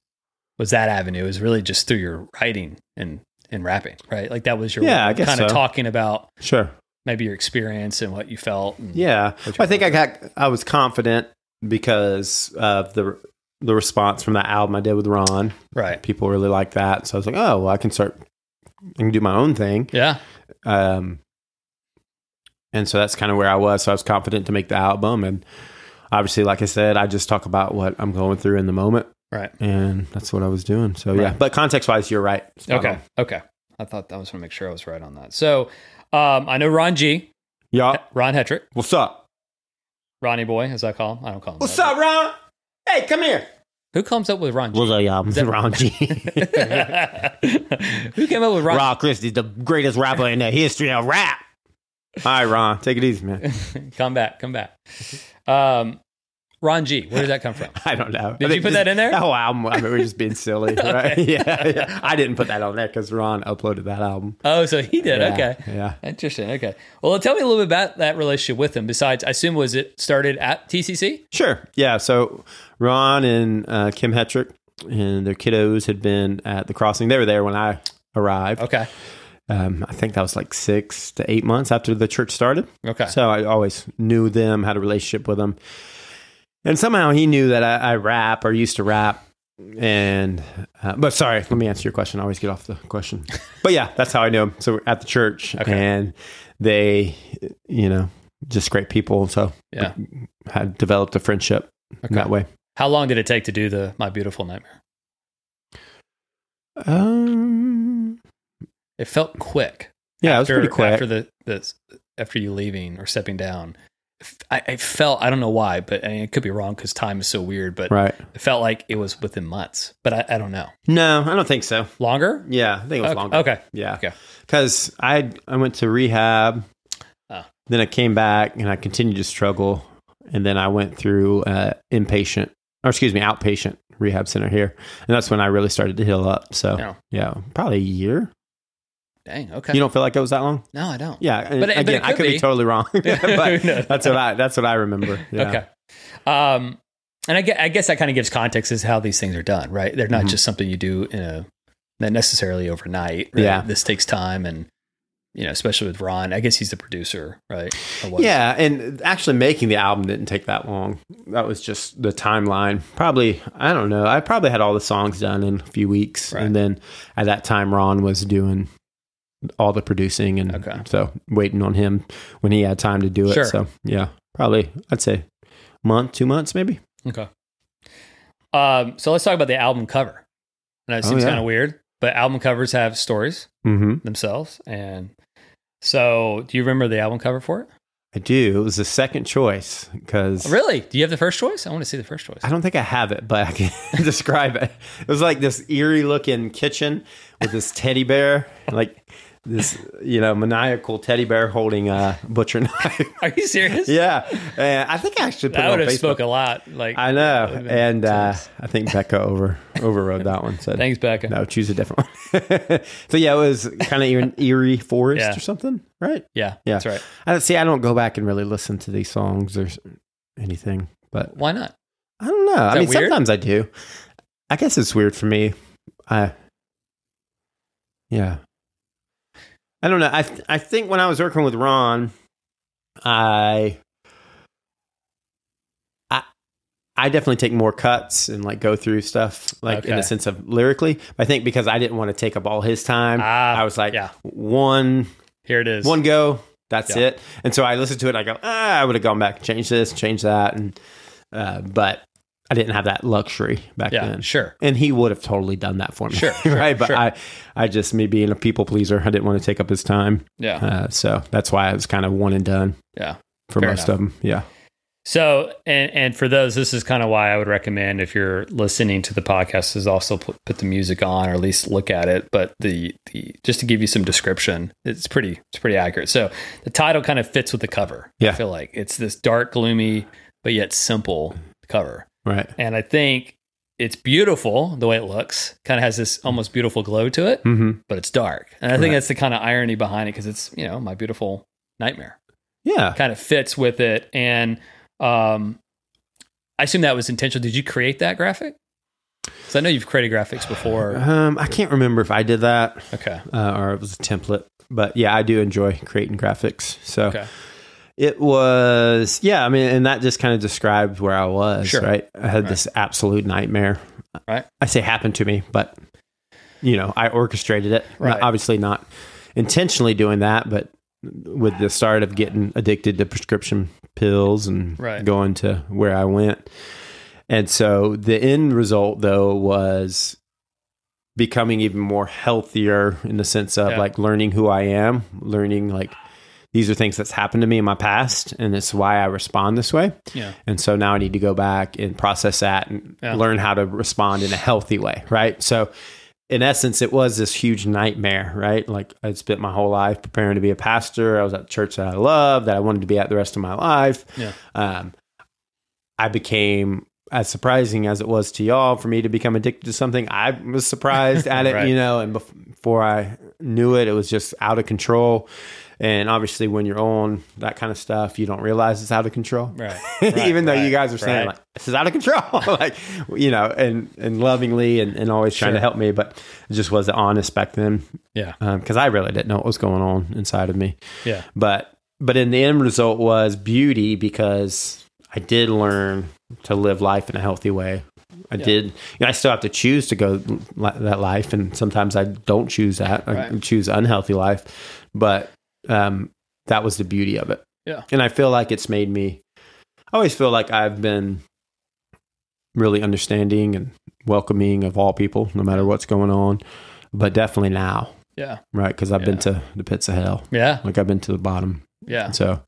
S3: was that avenue. It was really just through your writing and and rapping, right? Like that was your
S1: Yeah, I guess
S3: kind of
S1: so.
S3: talking about
S1: sure,
S3: maybe your experience and what you felt. and-
S1: yeah.
S3: What you
S1: I think I got I was confident because of the the response from that album I did with Ron.
S3: Right.
S1: People really liked that, so I was like, oh, well, I can start, I can do my own thing.
S3: Yeah.
S1: um and so that's kind of where i was so i was confident to make the album and obviously like i said i just talk about what i'm going through in the moment
S3: Right.
S1: and that's what i was doing so yeah
S3: Right.
S1: but context wise you're right Spot
S3: Okay.
S1: on.
S3: Okay. I thought I was going to make sure I was right on that. So um, I know Ron G,
S1: y'all
S3: Ron Hetrick,
S1: what's up
S3: Ronnie Boy, as I call him. I don't call him.
S1: what's
S3: that.
S1: up ron hey come here
S3: Who comes up with Ron G?
S1: up y'all
S3: that-
S1: ron g
S3: Who came up with Ron?
S1: christie's the greatest rapper in the history of rap hi ron take it easy man
S3: come back, come back. Um, Ron G, where does that come from?
S1: I don't know.
S3: Did
S1: I think
S3: you put that in there?
S1: The whole album. I mean, we're just being silly, right?
S3: Okay.
S1: Yeah, yeah. I didn't put that on there because Ron uploaded that album.
S3: Oh, so he did.
S1: Yeah,
S3: okay.
S1: Yeah.
S3: Interesting. Okay. Well, tell me a little bit about that relationship with him. Besides, I assume was it started at TCC?
S1: Sure. Yeah. So Ron and uh, Kim Hetrick and their kiddos had been at the crossing. They were there when I arrived.
S3: Okay.
S1: Um, I think that was like six to eight months after the church started.
S3: Okay.
S1: So I always knew them, had a relationship with them. And somehow he knew that I, I rap or used to rap. And, uh, but sorry, let me answer your question. I always get off the question. But yeah, that's how I knew him. So we're at the church
S3: Okay.
S1: and they, you know, just great people. So
S3: yeah.
S1: had developed a friendship
S3: Okay.
S1: that way.
S3: How long did it take to do the My Beautiful Nightmare?
S1: Um,
S3: It felt quick.
S1: yeah, it
S3: after,
S1: was pretty quick.
S3: after the, the after you leaving or stepping down. I, I felt I don't know why, but I mean, it could be wrong because time is so weird. But
S1: right.
S3: it felt like it was within months, but I, I don't know.
S1: No, I don't think so.
S3: Longer?
S1: Yeah, I think it was
S3: okay.
S1: longer.
S3: okay.
S1: Yeah.
S3: Okay.
S1: Because I I went to rehab,
S3: Oh.
S1: then I came back and I continued to struggle, and then I went through uh, inpatient or excuse me outpatient rehab center here, and that's when I really started to heal up. So
S3: Yeah.
S1: yeah, probably a year.
S3: Dang. Okay.
S1: You don't feel like it was that long?
S3: no, I don't.
S1: Yeah. and
S3: But it- but
S1: again,
S3: it
S1: I
S3: could
S1: could be,
S3: be.
S1: totally wrong, but
S3: Who knows?
S1: that's what I that's what I remember. Yeah.
S3: Okay. Um, and I guess, I guess that kind of gives context as how these things are done, right? They're not
S1: Mhm.
S3: just something you do in a, not necessarily overnight. right?
S1: Yeah.
S3: This takes time and, you know, especially with Ron, I guess he's the producer, right? Or was.
S1: Yeah, and actually making the album didn't take that long. That was just the timeline. Probably, I don't know. I probably had all the songs done in a few weeks,
S3: Right.
S1: and then at that time, Ron was doing all the producing, and
S3: Okay.
S1: so waiting on him when he had time to do it.
S3: Sure.
S1: So yeah, probably I'd say month, two months, maybe.
S3: Okay. Um, so let's talk about the album cover. I know it
S1: Oh,
S3: seems
S1: yeah.
S3: kind of weird, but album covers have stories
S1: Mm-hmm.
S3: themselves. And so do you remember the album cover for it?
S1: I do. It was the second choice because
S3: Oh, Really? Do you have the first choice? I want to see the first choice.
S1: I don't think I have it, but I can describe it. It was like this eerie looking kitchen with this teddy bear, like this, you know, maniacal teddy bear holding a butcher knife.
S3: Are you serious?
S1: yeah. And I think I actually put
S3: I
S1: it on
S3: would have
S1: Facebook.
S3: spoke a lot. Like
S1: I know.
S3: would've been
S1: And uh,
S3: intense.
S1: I think Becca over overrode that one. Said,
S3: thanks, Becca.
S1: no, choose a different one. so yeah, it was kind of eerie forest
S3: Yeah.
S1: or something, right?
S3: Yeah,
S1: Yeah.
S3: that's right.
S1: I don't see. I don't go back and really listen to these songs or s- anything, but
S3: Why not?
S1: I don't know. I
S3: that
S1: mean,
S3: weird?
S1: sometimes I do. I guess it's weird for me. I, yeah. I don't know. I th- I think when I was working with Ron, I, I, I definitely take more cuts and like go through stuff like in
S3: Okay.
S1: the sense of lyrically. I think because I didn't want to take up all his time,
S3: Ah,
S1: I was like,
S3: yeah.
S1: one
S3: Here it is.
S1: one go. That's
S3: Yeah.
S1: it. And so I listened to it. And I go, ah, I would have gone back and changed this, changed that, and uh, but I didn't have that luxury back
S3: Yeah,
S1: then.
S3: sure.
S1: And he would have totally done that for me.
S3: Sure, sure,
S1: right. But
S3: sure.
S1: I, I just, me being a people pleaser, I didn't want to take up his time.
S3: Yeah.
S1: Uh, so that's why I was kind of one and done
S3: yeah.
S1: for
S3: Fair
S1: most
S3: enough.
S1: of them. Yeah.
S3: So, and and for those, this is kind of why I would recommend if you're listening to the podcast, is also put, put the music on or at least look at it. But the the just to give you some description, it's pretty it's pretty accurate. So the title kind of fits with the cover.
S1: Yeah.
S3: I feel like it's this dark, gloomy, but yet simple cover,
S1: Right.
S3: and I think it's beautiful the way it looks. Kind of has this almost beautiful glow to it,
S1: Mm-hmm.
S3: but it's dark, and I think
S1: Right.
S3: that's the kind of irony behind it because it's you know my beautiful nightmare
S1: Yeah.
S3: kind of fits with it. And um, I assume that was intentional. Did you create that graphic? Because I know you've created graphics before.
S1: Um, I can't remember if I did that
S3: Okay.
S1: uh, or it was a template, but yeah, I do enjoy creating graphics. So
S3: Okay.
S1: it was, yeah, I mean, and that just kind of described where I was,
S3: Sure.
S1: right? I had
S3: Right.
S1: this absolute nightmare.
S3: Right.
S1: I say happened to me, but you know, I orchestrated it. Not-
S3: Right.
S1: obviously, not intentionally doing that, but with the start of getting addicted to prescription pills and
S3: Right.
S1: going to where I went. And so the end result, though, was becoming even more healthier in the sense of
S3: Yeah.
S1: like learning who I am, learning like these are things that's happened to me in my past, and it's why I respond this way.
S3: Yeah.
S1: And so now I need to go back and process that and
S3: Yeah.
S1: learn how to respond in a healthy way, right? So in essence, it was this huge nightmare, right? Like I'd spent my whole life preparing to be a pastor. I was at the church that I loved, that I wanted to be at the rest of my life.
S3: Yeah.
S1: Um, I became as surprising as it was to y'all for me to become addicted to something. I was surprised at it,
S3: Right.
S1: you know, and bef- before I knew it, it was just out of control. And obviously, when you're on that kind of stuff, you don't realize it's out of control.
S3: Right.
S1: even though you
S3: right,
S1: guys are saying
S3: right.
S1: like this is out of control like you know and and lovingly and, and always trying to
S3: Sure.
S1: help me but it just wasn't honest back then
S3: yeah.
S1: because i really didn't know what was going on inside of me
S3: Yeah.
S1: but but in the end result was beauty because i did learn to live life in a healthy way i did you know, i still have to choose to go li- that life and sometimes i don't choose that i
S3: Right.
S1: choose unhealthy life but um that was the beauty of it
S3: Yeah.
S1: and i feel like it's made me i always feel like i've been really understanding and welcoming of all people no matter what's going on but definitely now
S3: Yeah.
S1: right because i've been
S3: Yeah.
S1: to the pits of hell
S3: Yeah.
S1: like I've been to the bottom.
S3: Yeah.
S1: So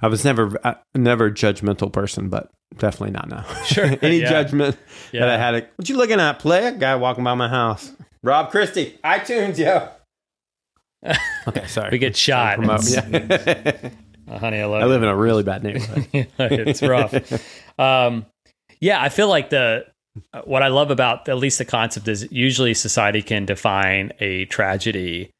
S1: I was never I, never a judgmental person, but definitely not now.
S3: Sure.
S1: Any
S3: Yeah.
S1: judgment that I
S3: Yeah.
S1: had, it, what you looking at, play? Guy walking by my house, Rob Christie, iTunes, yo. okay, sorry.
S3: We get shot.
S1: promote.
S3: It's-
S1: Yeah.
S3: Uh, honey, I love
S1: I
S3: you.
S1: live in a really bad neighborhood.
S3: it's rough. Um, yeah, I feel like the uh, what I love about at least the concept is usually society can define a tragedy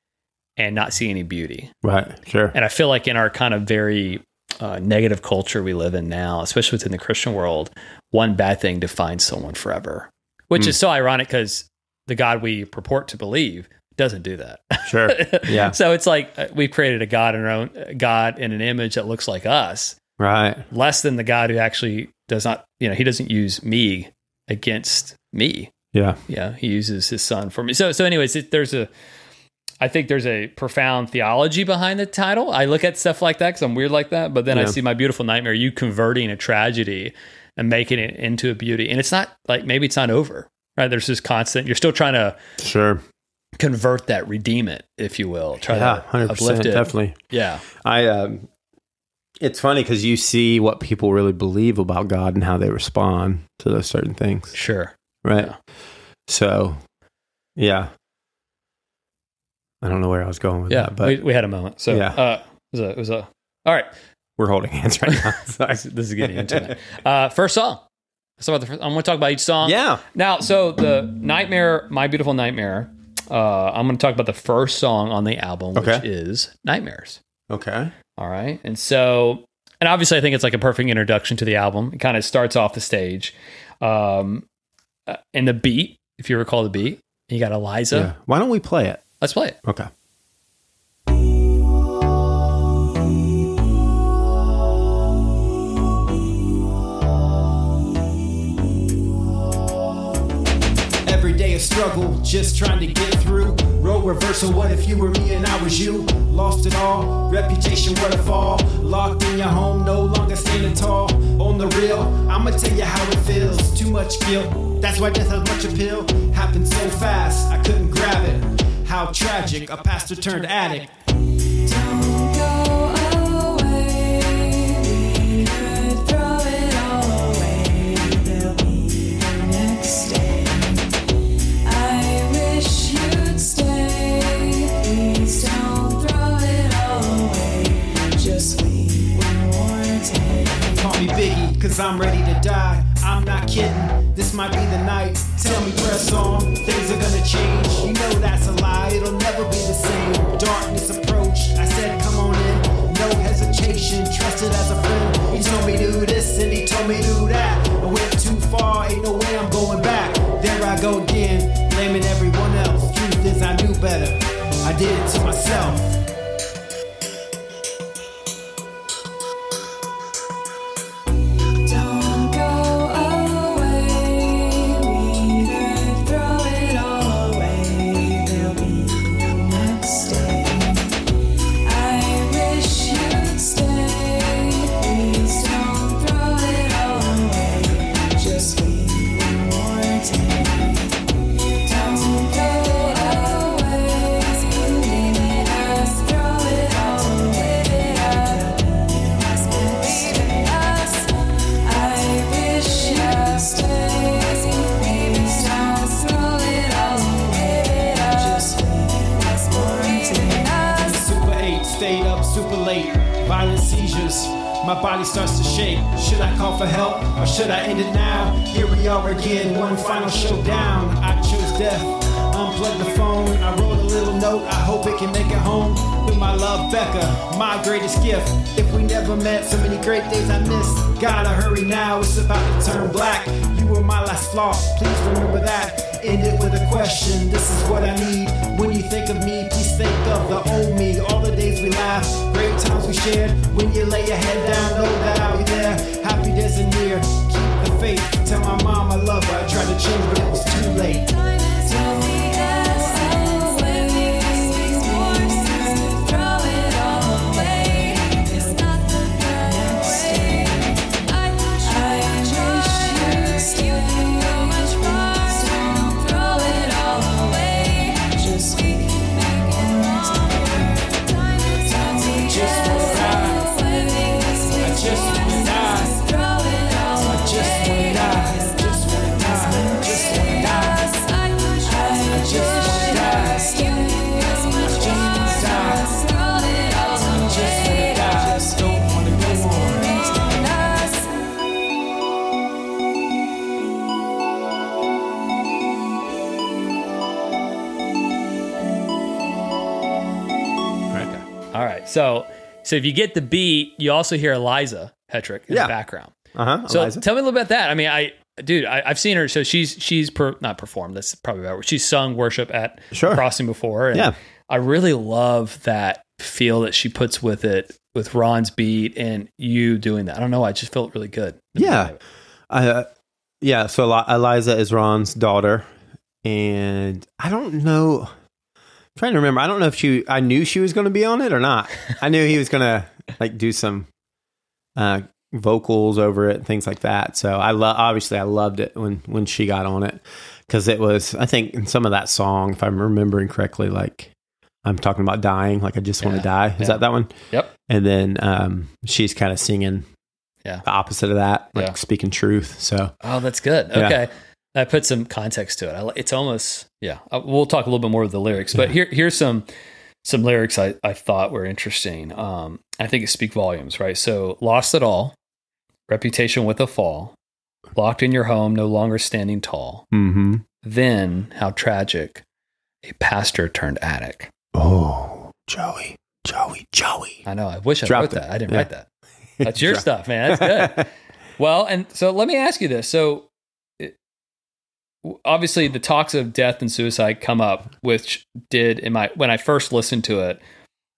S3: and not see any beauty.
S1: right. Sure.
S3: And I feel like in our kind of very uh, negative culture we live in now, especially within the Christian world, one bad thing defines someone forever, which is so ironic because the God we purport to believe doesn't do that.
S1: Sure. Yeah.
S3: so it's like uh, we've created a God in our own a God in an image that looks like us,
S1: Right.
S3: less than the God who actually does not, you know, he doesn't use me against me
S1: Yeah.
S3: yeah he uses his son for me so so anyways it, there's a i think there's a profound theology behind the title i look at stuff like that because i'm weird like that but then i
S1: Yeah.
S3: see my beautiful nightmare you converting a tragedy and making it into a beauty and it's not like maybe it's not over right there's this constant you're still trying to
S1: Sure.
S3: convert that redeem it if you will try
S1: Yeah.
S3: to
S1: Hundred
S3: uh, uplift
S1: percent.
S3: it
S1: Definitely.
S3: yeah
S1: I. um It's funny because you see what people really believe about God and how they respond to those certain things.
S3: sure
S1: Right.
S3: Yeah.
S1: So, yeah. I don't know where I was going with
S3: yeah
S1: that, but
S3: we, we had a moment so
S1: Yeah.
S3: uh it was a, it was a all right
S1: we're holding hands right now. Sorry.
S3: this, this is getting intimate uh first song so about the first, i'm going to talk about each song
S1: yeah.
S3: Now, so the nightmare, my beautiful nightmare. Uh, I'm going to talk about the first song on the album, which
S1: Okay.
S3: is "Nightmares."
S1: Okay.
S3: All right, and so, and obviously, I think it's like a perfect introduction to the album. It kind of starts off the stage, um, uh, and the beat. If you recall the beat, you got Eliza.
S1: yeah. Why don't we play it?
S3: Let's play it.
S1: Okay.
S4: Every day a struggle, just trying to get through. Road reversal, what if you were me and I was you? Lost it all, reputation, where to fall. Locked in your home, no longer standing tall. On the real, I'ma tell you how it feels. Too much guilt, that's why death has much appeal. Happened so fast, I couldn't grab it. How tragic, a pastor turned addict.
S5: Don't go away. We could throw it all away. There'll be the next day. I wish you'd stay. Please don't throw it all away. Just wait one more day.
S4: Call me Biggie, cause I'm ready to die. I'm not kidding, this might be the night. Tell me, press on, things are gonna change. You know that's a lie, it'll never be the same. Darkness approached, I said, come on in. No hesitation, trusted as a friend. He told me do this and he told me do that. I went too far, ain't no way I'm going back. There I go again, blaming everyone else. Truth is, I knew better, I did it to myself.
S5: Don't go away. We could throw it all away. There'll be the next day. I wish you'd stay. Please don't throw it all away. Just wait one more day. Don't go away. Leave it us. Throw it all away. Leave it us. I wish you'd stay. Please don't throw it all away. Just wait one more day.
S4: Super 8, stayed up super late. Violent seizures, my body starts to shake. Should I call for help or should I end it now? Here we are again, one final showdown. I chose death, unplug the phone. I wrote a little note, I hope it can make it home. With my love, Becca, my greatest gift. If we never met, so many great days I missed. Gotta hurry now, it's about to turn black. You were my last flaw, please remember that. End it with a question. This is what I need. When you think of me, please think of the old me. All the days we laughed, great times we shared. When you lay your head down, know that I'll be there. Happiness in near. Keep the faith. Tell my mom I love her. I tried to change, but it was too late.
S5: Don't go away. Throw it all away. It's not the way. I wish you'd go much farther. Don't throw it all away. Just we can make it longer.
S4: just wanna die. I just wanna die.
S5: Throw it all away.
S4: I just wanna die. I just wanna die. I just wanna die. Just wanna die. Just don't wanna go on.
S3: All right. So so if you get the beat, you also hear Eliza Hetrick in
S1: Yeah.
S3: the background.
S1: Uh huh.
S3: So tell me a little bit about that. I mean, I dude, I, I've seen her. So she's she's per, not performed. That's probably about. She's sung worship at
S1: Sure.
S3: Crossing before. And
S1: Yeah.
S3: I really love that feel that she puts with it with Ron's beat and you doing that. I don't know. I just felt really good.
S1: Yeah. Uh, yeah. So Eli- Eliza is Ron's daughter. And I don't know. I'm trying to remember. I don't know if she, I knew she was going to be on it or not. I knew he was going to like do some uh, vocals over it, things like that. So I love, obviously, I loved it when, when she got on it because it was, I think, in some of that song, if I'm remembering correctly, like I'm talking about dying, like I just want
S3: Yeah,
S1: to die. Is
S3: yeah.
S1: that that one?
S3: Yep.
S1: and then um, she's kind of singing
S3: Yeah.
S1: the opposite of that like
S3: Yeah.
S1: speaking truth so
S3: Oh, that's good.
S1: Yeah.
S3: Okay. I put some context to it. I, li- it's almost yeah. Uh, We'll talk a little bit more of the lyrics, but here here's some some lyrics I, I thought were interesting. Um, I think it speak volumes, right? So lost it all, reputation with a fall, locked in your home, no longer standing tall.
S1: mm-hmm.
S3: Then how tragic, a pastor turned addict.
S1: oh joey joey joey
S3: I know. I wish I
S1: Dropped
S3: wrote that.
S1: it.
S3: I didn't
S1: Yeah.
S3: write that. That's your stuff, man. That's good. Well, and so let me ask you this. So it- w- obviously the talks of death and suicide come up, which did in my when I first listened to it,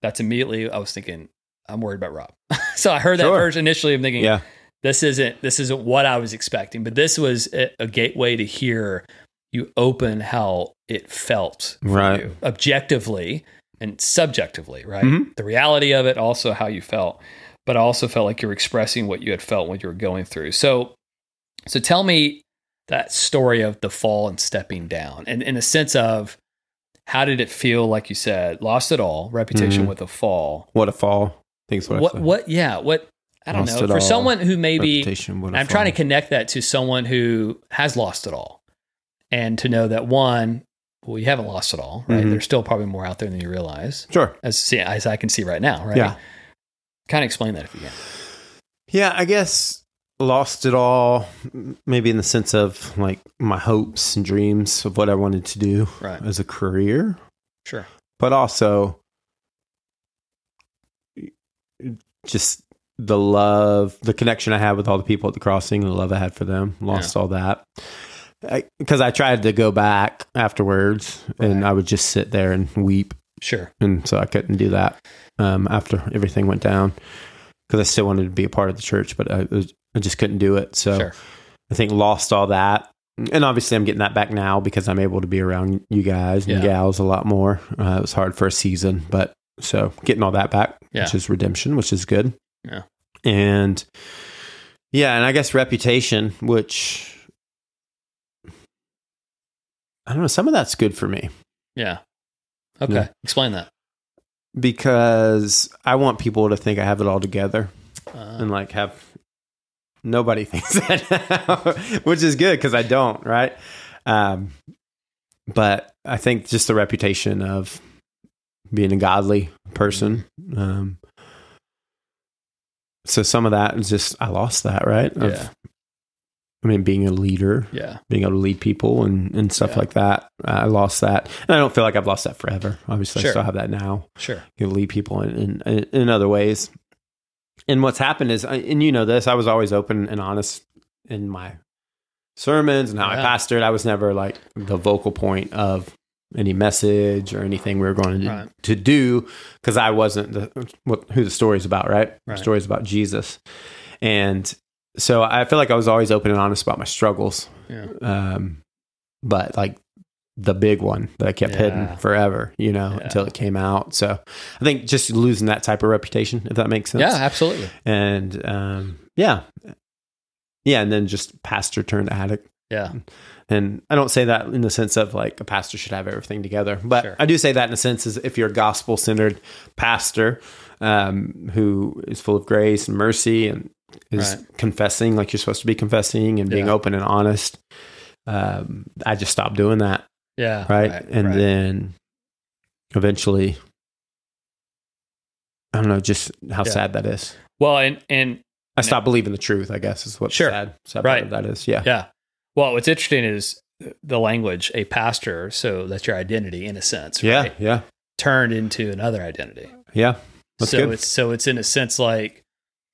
S3: that's immediately I was thinking, I'm worried about Rob. so I heard that
S1: Sure.
S3: first initially I'm thinking,
S1: yeah
S3: this isn't this isn't what I was expecting, but this was a, a gateway to hear you open how it felt for
S1: Right.
S3: you, objectively and subjectively, right?
S1: Mm-hmm.
S3: The reality of it, also how you felt, but I also felt like you were expressing what you had felt when you were going through. So, so tell me that story of the fall and stepping down, and in a sense of how did it feel? Like you said, lost it all, reputation
S1: Mm-hmm.
S3: with a fall
S1: What a fall. I think it's what, I
S3: what
S1: said.
S3: what yeah what i don't
S1: Lost
S3: know
S1: it
S3: for
S1: all.
S3: someone who maybe
S1: Reputation, what a
S3: i'm trying to
S1: fall.
S3: connect that to someone who has lost it all and to know that one well you haven't lost it all right?
S1: Mhm.
S3: there's still probably more out there than you realize
S1: Sure.
S3: as see, as i can see right now right
S1: Yeah.
S3: kind of explain that if you can
S1: Yeah, I guess lost it all, m- maybe in the sense of like my hopes and dreams of what I wanted to do
S3: Right.
S1: as a career,
S3: sure
S1: but also just the love, the connection I had with all the people at the crossing, the love I had for them, lost all that. Because I, tried to go back afterwards and I would just sit there and weep
S3: sure
S1: and so I couldn't do that um, after everything went down because I still wanted to be a part of the church, but I, was- I just couldn't do it. So
S3: sure
S1: I think lost all that, and obviously I'm getting that back now because I'm able to be around you guys and
S3: Yeah.
S1: gals a lot more. Uh, it was hard for a season, but so getting all that back,
S3: Yeah.
S1: which is redemption, which is good.
S3: Yeah.
S1: and yeah, and I guess reputation, which. I don't know. Some of that's good for me.
S3: yeah okay
S1: Yeah.
S3: explain that
S1: because I want people to think I have it all together
S3: uh,
S1: and like have nobody thinks that, which is good because I don't, right? Um, but I think just the reputation of being a godly person. Um, so some of that is just I lost that, right? Of-
S3: Yeah.
S1: I mean, being a leader,
S3: yeah
S1: being able to lead people and, and stuff
S3: Yeah.
S1: like that. I lost that. And I don't feel like I've lost that forever. Obviously,
S3: Sure.
S1: I still have that now
S3: sure
S1: you know, lead people in, in in other ways. And what's happened is, and you know this, I was always open and honest in my sermons and how
S3: Yeah.
S1: I pastored. I was never like the vocal point of any message or anything we were going to,
S3: Right.
S1: to do because I wasn't the what, who the story's about. Right,
S3: Right.
S1: the story's about Jesus, and so I feel like I was always open and honest about my struggles.
S3: Yeah.
S1: Um, but like the big one that I kept
S3: Yeah.
S1: hidden forever, you know,
S3: Yeah.
S1: until it came out. So I think just losing that type of reputation, if that makes sense.
S3: yeah absolutely
S1: And um, yeah. Yeah. And then just pastor turned addict.
S3: yeah
S1: And I don't say that in the sense of like a pastor should have everything together, but
S3: Sure.
S1: I do say that in the sense is if you're a gospel centered pastor um, who is full of grace and mercy and is
S3: Right.
S1: confessing like you're supposed to be confessing and being
S3: Yeah.
S1: open and honest, um, I just stopped doing that
S3: yeah
S1: right? and
S3: right.
S1: then eventually, I don't know, just how
S3: Yeah.
S1: sad that is.
S3: well and and
S1: I stopped believing the truth. I guess is what
S3: Sure.
S1: sad, sad
S3: Right.
S1: part of that is. Yeah,
S3: Yeah. Well, what's interesting is the language, a pastor, so that's your identity in a sense,
S1: yeah,
S3: right?
S1: yeah,
S3: Turned into another identity.
S1: yeah. That's
S3: so
S1: good.
S3: it's so it's in a sense like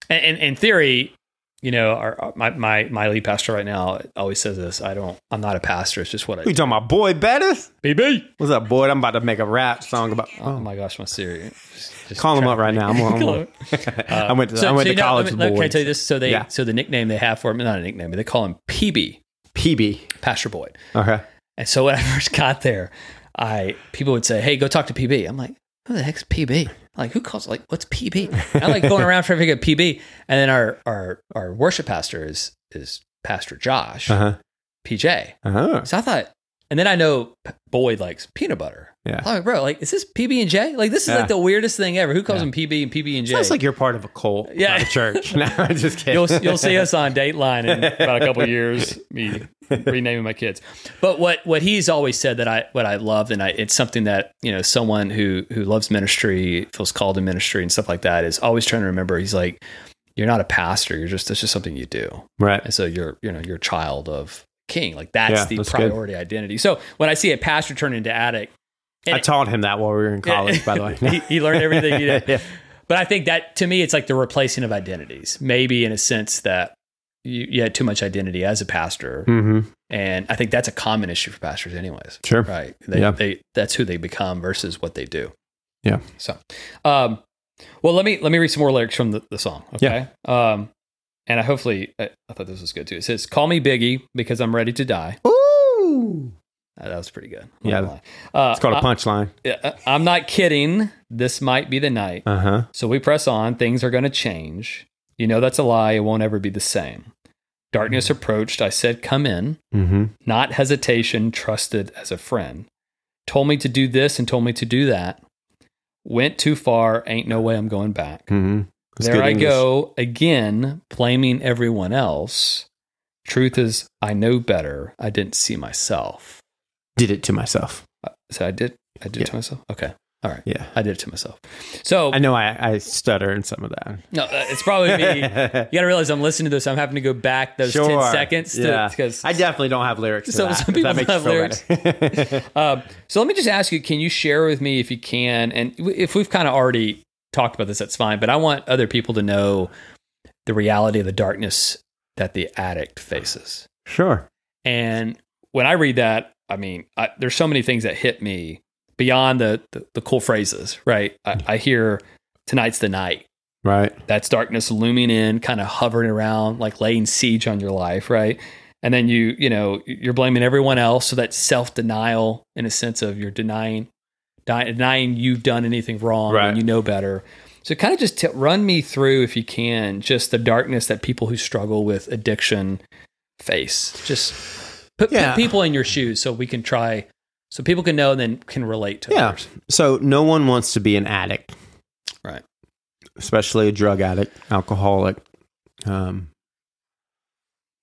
S3: and, and in theory, you know, our, our- my, my my lead pastor right now always says this, I don't I'm not a pastor, it's just what I
S1: What you talking about, boy? Bettis?
S3: BB.
S1: What's up, boy? I'm about to make a rap song about.
S3: Oh
S1: Oh,
S3: my gosh, my Siri. Just- just
S1: call him
S3: trying
S1: up
S3: to
S1: right
S3: make-
S1: now. I'm, on- I'm
S3: Call
S1: on-
S3: him.
S1: I went to, I went
S3: Uh, so
S1: to
S3: you know,
S1: college
S3: let me- Can I
S1: boys.
S3: tell you this? So they
S1: Yeah.
S3: so the nickname they have for him, not a nickname, but they call him PB,
S1: PB.
S3: Pastor Boyd.
S1: Okay.
S3: And so when I first got there, I people would say, "Hey, go talk to PB." I'm like, "Who the heck's PB?" Like, who calls? Like, what's PB? I like going around for everything at PB. And then our our our worship pastor is is Pastor Josh
S1: Uh huh.
S3: PJ.
S1: Uh huh.
S3: So I thought, and then I know P- Boyd likes peanut butter.
S1: Yeah.
S3: I'm like, bro, like, is this PB and J? Like, this is
S1: Yeah.
S3: like the weirdest thing ever. Who calls
S1: Yeah.
S3: them PB and PB and J?
S1: Sounds like you're part of a cult,
S3: Yeah.
S1: yeah, not a church. no, I'm just kidding.
S3: you'll you'll see us on Dateline in about a couple of years. Me renaming my kids, but what what he's always said that I what I love and I it's something that you know someone who who loves ministry feels called to ministry and stuff like that is always trying to remember. He's like, you're not a pastor. You're just that's just something you do,
S1: right.
S3: and so you're you know you're a child of king. Like that's
S1: Yeah,
S3: the
S1: that's good.
S3: priority identity. So when I see a pastor turn into addict,
S1: I taught him that while we were in college. By the way,
S3: he, he learned everything he did.
S1: Yeah.
S3: But I think that to me, it's like the replacing of identities. Maybe in a sense that you, you had too much identity as a pastor,
S1: Mm-hmm.
S3: and I think that's a common issue for pastors, anyways.
S1: Sure.
S3: Right? They,
S1: Yeah.
S3: they that's who they become versus what they do.
S1: Yeah.
S3: So, um, well, let me let me read some more lyrics from the, the song. Okay. Um, and I hopefully I, I thought this was good too. It says, "Call me Biggie because I'm ready to die.
S1: Ooh.
S3: Uh, That was pretty good.
S1: Yeah. it's called a punchline.
S3: Uh, I'm not kidding. This might be the night.
S1: Uh huh.
S3: So we press on. Things are going to change. You know that's a lie. It won't ever be the same. Darkness approached. I said, Come in.
S1: Mm-hmm.
S3: Not hesitation, trusted as a friend. Told me to do this and told me to do that. Went too far. Ain't no way I'm going back.
S1: Mm-hmm.
S3: there I go again, blaming everyone else. Truth is, I know better. I didn't see myself.
S1: Did it to myself.
S3: So I did. I did it to myself. Okay. All right.
S1: Yeah.
S3: I did it to myself. So
S1: I know I, I stutter in some of that.
S3: no, uh, it's probably me. you got to realize I'm listening to this. I'm having to go back those
S1: Sure.
S3: ten seconds. To,
S1: yeah.
S3: Because
S1: I definitely don't have lyrics. To
S3: Some-
S1: that,
S3: some
S1: if that
S3: people don't
S1: makes you feel better.
S3: Um, so let me just ask you: Can you share with me, if you can, and w- if we've kind of already talked about this, that's fine. But I want other people to know the reality of the darkness that the addict faces.
S1: sure.
S3: And when I read that, I mean, I, there's so many things that hit me beyond the the, the cool phrases, right? I, I hear tonight's the night.
S1: Right.
S3: That's darkness looming in, kind of hovering around, like laying siege on your life, right? And then you, you know, you're blaming everyone else. So that's self denial in a sense of you're denying, di- denying you've done anything wrong
S1: Right.
S3: and you know better. So kind of just t- run me through, if you can, just the darkness that people who struggle with addiction face. Just put, put
S1: Yeah.
S3: people in your shoes so we can try, so people can know and then can relate to
S1: Yeah.
S3: others.
S1: So no one wants to be an addict,
S3: Right.
S1: especially a drug addict, alcoholic. Um,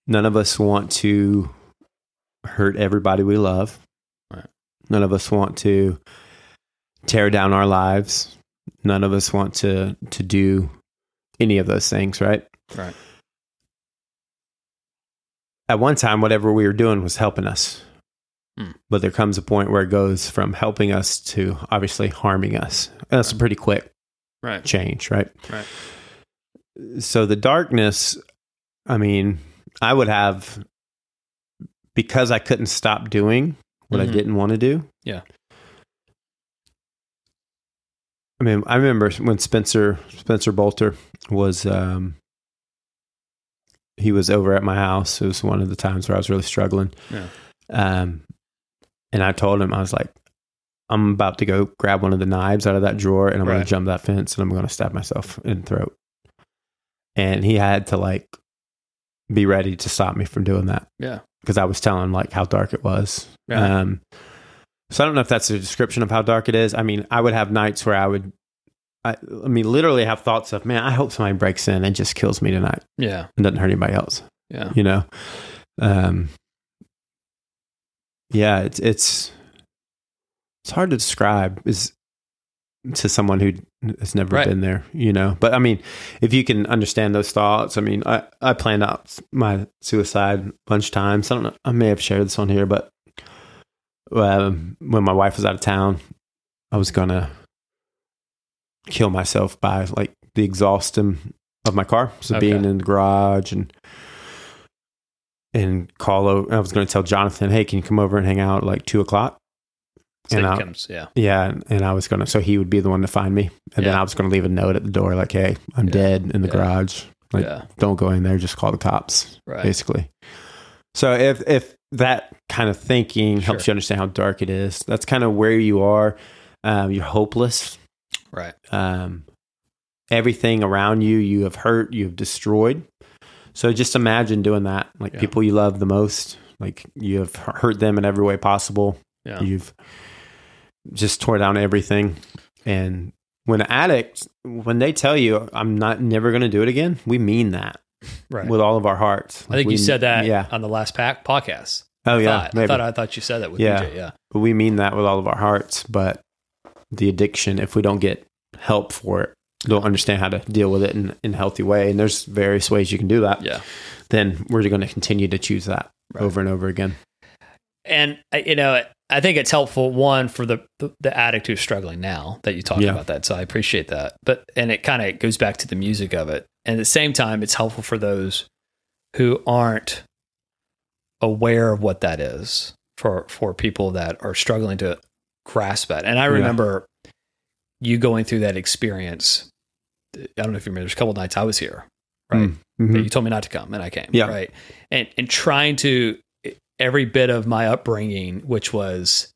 S1: none of us want to hurt everybody we love.
S3: Right.
S1: None of us want to tear down our lives. None of us want to to do any of those things, right?
S3: Right.
S1: At one time, whatever we were doing was helping us.
S3: Hmm.
S1: But there comes a point where it goes from helping us to obviously harming us. And that's a pretty quick
S3: Right.
S1: change, right?
S3: Right.
S1: So the darkness, I mean, I would have because I couldn't stop doing what
S3: Mhm.
S1: I didn't want to do.
S3: Yeah.
S1: I mean, I remember when Spencer Spencer Bolter was um he was over at my house. It was one of the times where I was really struggling.
S3: Yeah.
S1: Um and I told him I was like I'm about to go grab one of the knives out of that drawer and I'm going
S3: Right.
S1: to jump that fence and I'm going to stab myself in the throat. And he had to like be ready to stop me from doing that.
S3: Yeah.
S1: Because I was telling him like how dark it was.
S3: Yeah.
S1: Um, so I don't know if that's a description of how dark it is. I mean, I would have nights where I would, I, I mean, literally have thoughts of, man, I hope somebody breaks in and just kills me tonight
S3: Yeah.
S1: and doesn't hurt anybody else
S3: Yeah.
S1: you know um yeah it's it's it's hard to describe is to someone who has never
S3: Right.
S1: been there you know but i mean if you can understand those thoughts i mean i i planned out my suicide a bunch of times i don't know i may have shared this on here but um, when my wife was out of town i was gonna kill myself by like the exhaustion of my car so
S3: Okay.
S1: being in the garage and and call over. I was going to tell Jonathan, hey, can you come over and hang out at like two o'clock?
S3: So
S1: And
S3: it
S1: I-
S3: comes, yeah.
S1: Yeah. And, and I was going to, so he would be the one to find me. And then
S3: Yeah.
S1: I was going to leave a note at the door like, hey, I'm
S3: Yeah.
S1: dead in the
S3: Yeah.
S1: garage. Like,
S3: yeah.
S1: don't go in there. Just call the cops,
S3: Right.
S1: basically. So if, if that kind of thinking helps you
S3: Sure.
S1: understand how dark it is, that's kind of where you are. Um, you're hopeless.
S3: Right.
S1: Um, everything around you, you have hurt, you have destroyed. So just imagine doing that. Like
S3: Yeah.
S1: people you love the most, like you have hurt them in every way possible.
S3: Yeah.
S1: You've just tore down everything. And when an addict, when they tell you, I'm not never going to do it again, we mean that
S3: right.
S1: with all of our hearts.
S3: I think
S1: We-
S3: you said that
S1: Yeah.
S3: on the last pack podcast.
S1: Oh,
S3: I
S1: yeah.
S3: thought, I
S1: maybe.
S3: thought I thought you said that with
S1: Yeah.
S3: DJ. Yeah,
S1: But we mean that with all of our hearts. But the addiction, if we don't get help for it, don't understand how to deal with it in, in a healthy way, and there's various ways you can do that,
S3: yeah.
S1: then we're going to continue to choose that
S3: Right.
S1: over and over again.
S3: And I- you know, I think it's helpful one for the the, the addict who's struggling now that you talked
S1: Yeah.
S3: about that. So I appreciate that. But and it kind of goes back to the music of it. And at the same time, it's helpful for those who aren't aware of what that is for for people that are struggling to grasp that. And I
S1: Yeah.
S3: remember you going through that experience. I don't know if you remember. There's a couple nights I was here, right?
S1: Mhm.
S3: that you told me not to come and I came.
S1: Yeah.
S3: Right. And and trying to every bit of my upbringing, which was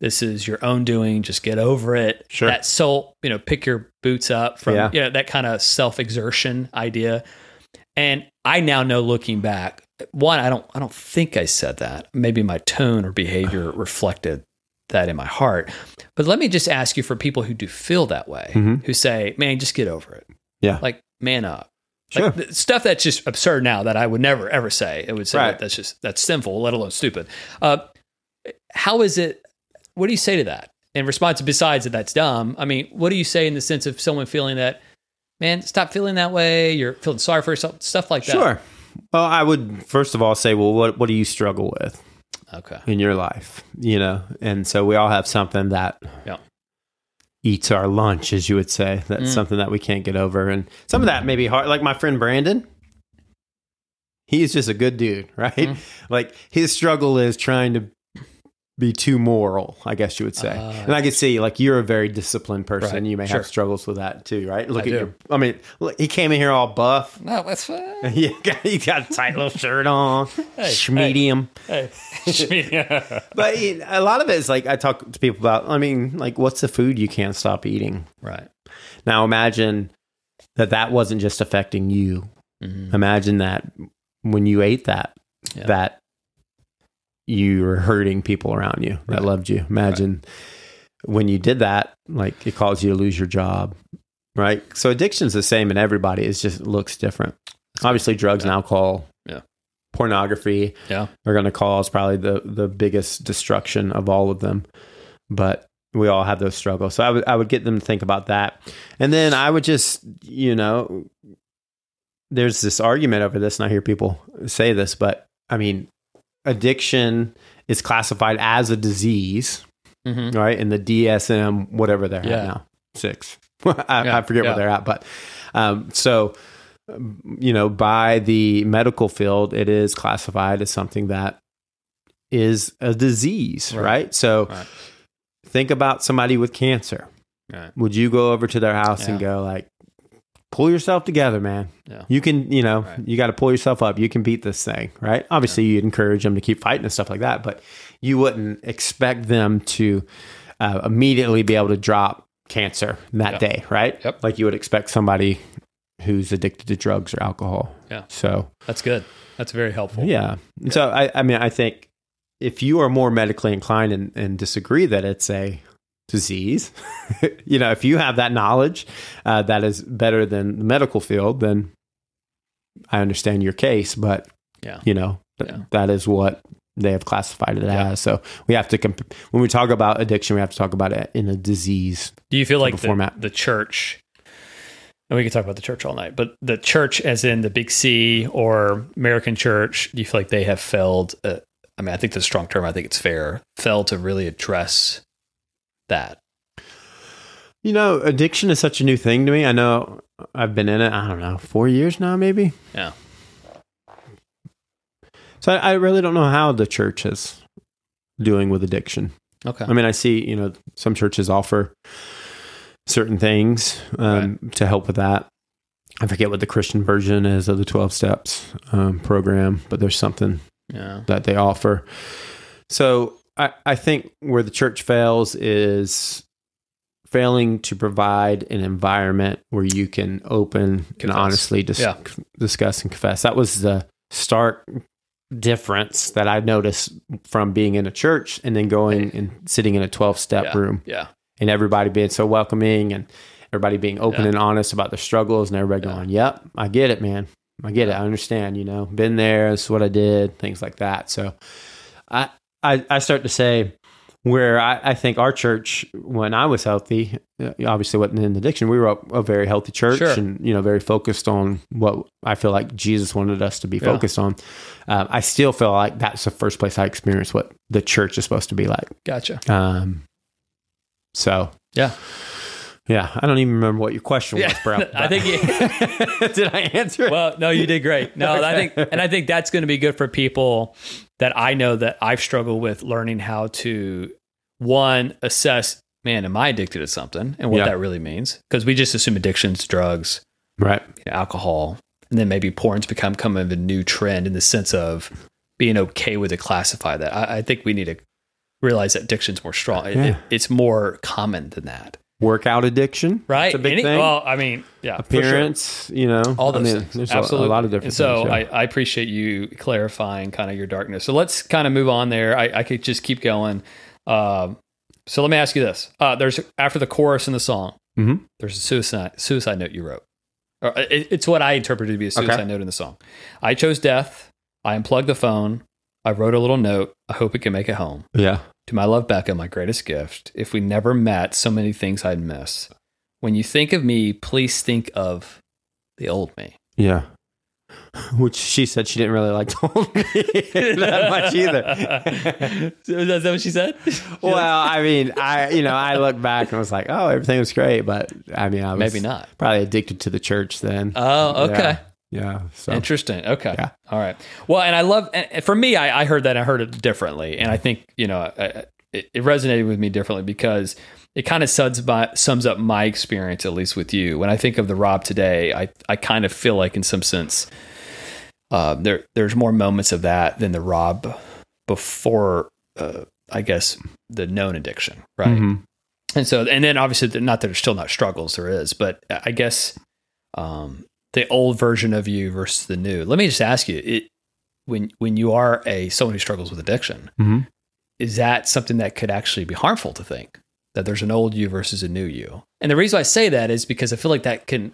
S3: this is your own doing, just get over it.
S1: Sure.
S3: That soul, you know, pick your boots up from
S6: Yeah.
S3: you know, that kind of self exertion idea. And I now know looking back, one, I don't I don't think I said that. Maybe my tone or behavior reflected that in my heart. But let me just ask you for people who do feel that way,
S6: Mhm.
S3: who say, Man, just get over it.
S6: Yeah.
S3: Like, man up.
S6: Sure.
S3: Like, th- stuff that's just absurd now that I would never ever say. It would say
S6: Right.
S3: that that's just that's sinful, let alone stupid. Uh, how is it? What do you say to that in response? Besides that, that's dumb. I mean, what do you say in the sense of someone feeling that? Man, stop feeling that way. You're feeling sorry for yourself, stuff like that.
S1: Sure. Well, I would first of all say, well, what what do you struggle with
S3: Okay.
S1: in your life? You know, and so we all have something that
S3: Yeah. Mm.
S1: eats our lunch, as you would say. That's something that we can't get over, and some of that may be hard. Like my friend Brandon, he's just a good dude, right?
S3: Mm.
S1: Like his struggle is trying to be too moral, I guess you would say.
S3: Ah.
S1: and I could see, like, you're a very disciplined person.
S3: Right.
S1: You may
S3: Sure.
S1: have struggles with that too, right? Look
S3: I
S1: at
S3: do.
S1: your. I mean, look, he came in here all buff.
S3: No, that's uh,
S1: Yeah, he got a tight little shirt on, sh- medium.
S3: hey. yeah.
S1: But he- a lot of it is like I talk to people about. I mean, like, what's the food you can't stop eating?
S3: right.
S1: Now imagine that that wasn't just affecting you. Imagine that when you ate that,
S3: Mm-hmm. Yeah.
S1: that you were hurting people around you that loved you. Imagine when you did that, like it caused you to lose your job, right? So addiction's the same in everybody. It's just it looks different. Obviously, drugs and alcohol,
S3: Yeah.
S1: pornography
S3: Yeah.
S1: are going to cause probably the the biggest destruction of all of them. But we all have those struggles. So I would I would get them to think about that. And then I would just, you know, there's this argument over this, and I hear people say this, but I mean, addiction is classified as a disease,
S3: Mhm.
S1: right? In the DSM, whatever they're
S3: Yeah.
S1: at now, six. I,
S3: Yeah,
S1: I forget
S3: yeah.
S1: where they're at, but um, so you know, by the medical field, it is classified as something that is a disease, right?
S3: Right.
S1: So
S3: Right.
S1: think about somebody with cancer.
S3: Right.
S1: Would you go over to their house and
S3: Yeah.
S1: go like, pull yourself together, man?
S3: Yeah.
S1: You can, you know,
S3: Right.
S1: you got to pull yourself up. You can beat this thing, right? Obviously, you'd encourage them to keep fighting and stuff like that, but you wouldn't expect them to uh, immediately be able to drop cancer that
S3: Yeah.
S1: day, right?
S3: Yep.
S1: Like you would expect somebody who's addicted to drugs or alcohol.
S3: Yeah.
S1: So
S3: That's good. That's very helpful.
S1: yeah. So I, I mean, I think if you are more medically inclined and, and disagree that it's a disease, you know, if you have that knowledge uh, that is better than the medical field, then I understand your case. But
S3: Yeah.
S1: you know, th-
S3: Yeah.
S1: that is what they have classified it
S3: Yeah.
S1: as. So we have to comp- when we talk about addiction, we have to talk about it in a disease.
S3: Do you feel like
S1: of a
S3: the,
S1: format.
S3: the church? And we could talk about the church all night, but the church, as in the Big C or American church, do you feel like they have failed? Uh, I mean, I think that's a strong term. I think it's fair. Failed to really address that.
S1: You know, addiction is such a new thing to me. I know I've been in it, I don't know, four years now, maybe.
S3: Yeah.
S1: So I, I really don't know how the church is doing with addiction.
S3: Okay.
S1: I mean, I see, you know, some churches offer certain things um, to help with that. I forget what the Christian version is of the 12 steps um, program, but there's something
S3: yeah.
S1: that they offer. So I, I think where the church fails is failing to provide an environment where you can open and
S3: Confess.
S1: honestly dis-
S3: Yeah.
S1: discuss and confess. That was the stark difference that I noticed from being in a church and then going and sitting in a 12 step
S3: Yeah.
S1: room
S3: Yeah.
S1: and everybody being so welcoming and everybody being open
S3: Yeah.
S1: and honest about their struggles and everybody
S3: Yeah.
S1: going, "Yep, I get it, man. I get it. I understand. You know, been there. This is what I did. Things like that." So, I I, I start to say where I, I think our church when I was healthy, uh, obviously wasn't in addiction. We were a, a very healthy church
S3: Sure.
S1: and you know very focused on what I feel like Jesus wanted us to be
S3: Yeah.
S1: focused on. Um, I still feel like that's the first place I experienced what the church is supposed to be like.
S3: Gotcha.
S1: Um, so
S3: Yeah.
S1: yeah, I don't even remember what your question was, bro.
S3: I think. You,
S1: think did I answer? it?
S3: well, no, you did great. No, I think, and I think that's going to be good for people that I know that I've struggled with learning how to one assess. Man, am I addicted to something, and what
S1: Yeah.
S3: that really means? Because we just assume addictions, drugs,
S1: right.
S3: you know, alcohol, and then maybe porn's become kind of a new trend in the sense of being okay with it classify that. I, I think we need to realize that addiction's more strong. It- it- it's more common than that,
S1: Workout addiction,
S3: right?
S1: It's a big
S3: Any-
S1: thing.
S7: Well, I mean, yeah, for sure.
S1: Appearance, you know,
S3: all
S1: I
S3: those
S1: mean,
S3: things.
S1: There's a-
S3: Absolutely,
S1: a lot of different.
S3: And so
S1: things, yeah.
S3: I, I appreciate you clarifying kind of your darkness. So let's kind of move on there. I, I could just keep going. Um, so let me ask you this: uh, There's after the chorus in the song,
S1: Mhm.
S3: there's a suicide suicide note you wrote. Or uh, it- it's what I interpreted to be a suicide note in the song. I chose death. I unplugged the phone. I wrote a little note. I hope it can make it home.
S1: yeah,
S3: To my love, Becca, my greatest gift. If we never met, so many things I'd miss. When you think of me, please think of the old me.
S1: yeah. Which she said she didn't really like told me that much either.
S3: Is that what she said?
S1: well, I mean, I you know, I look back and was like, oh, everything was great, but I mean, I was
S3: Maybe not.
S1: probably addicted to the church then.
S3: Oh, okay.
S1: Yeah. yeah. So
S3: Interesting. Okay.
S1: Yeah.
S3: All right. Well, and I love, and and for me, I, I heard that. I heard it differently. And I think, you know, I, I- it, it resonated with me differently because it kind of sums, my, sums up my experience, at least with you. When I think of the Rob today, I, I kind of feel like, in some sense, uh, there there's more moments of that than the Rob before, uh, I guess, the known addiction. Right.
S1: Mhm.
S3: and so and then obviously th- not that there's still not struggles there is but i guess um the old version of you versus the new let me just ask you it when when you are a someone who struggles with addiction
S1: Mhm.
S3: is that something that could actually be harmful to think that there's an old you versus a new you and the reason i say that is because i feel like that can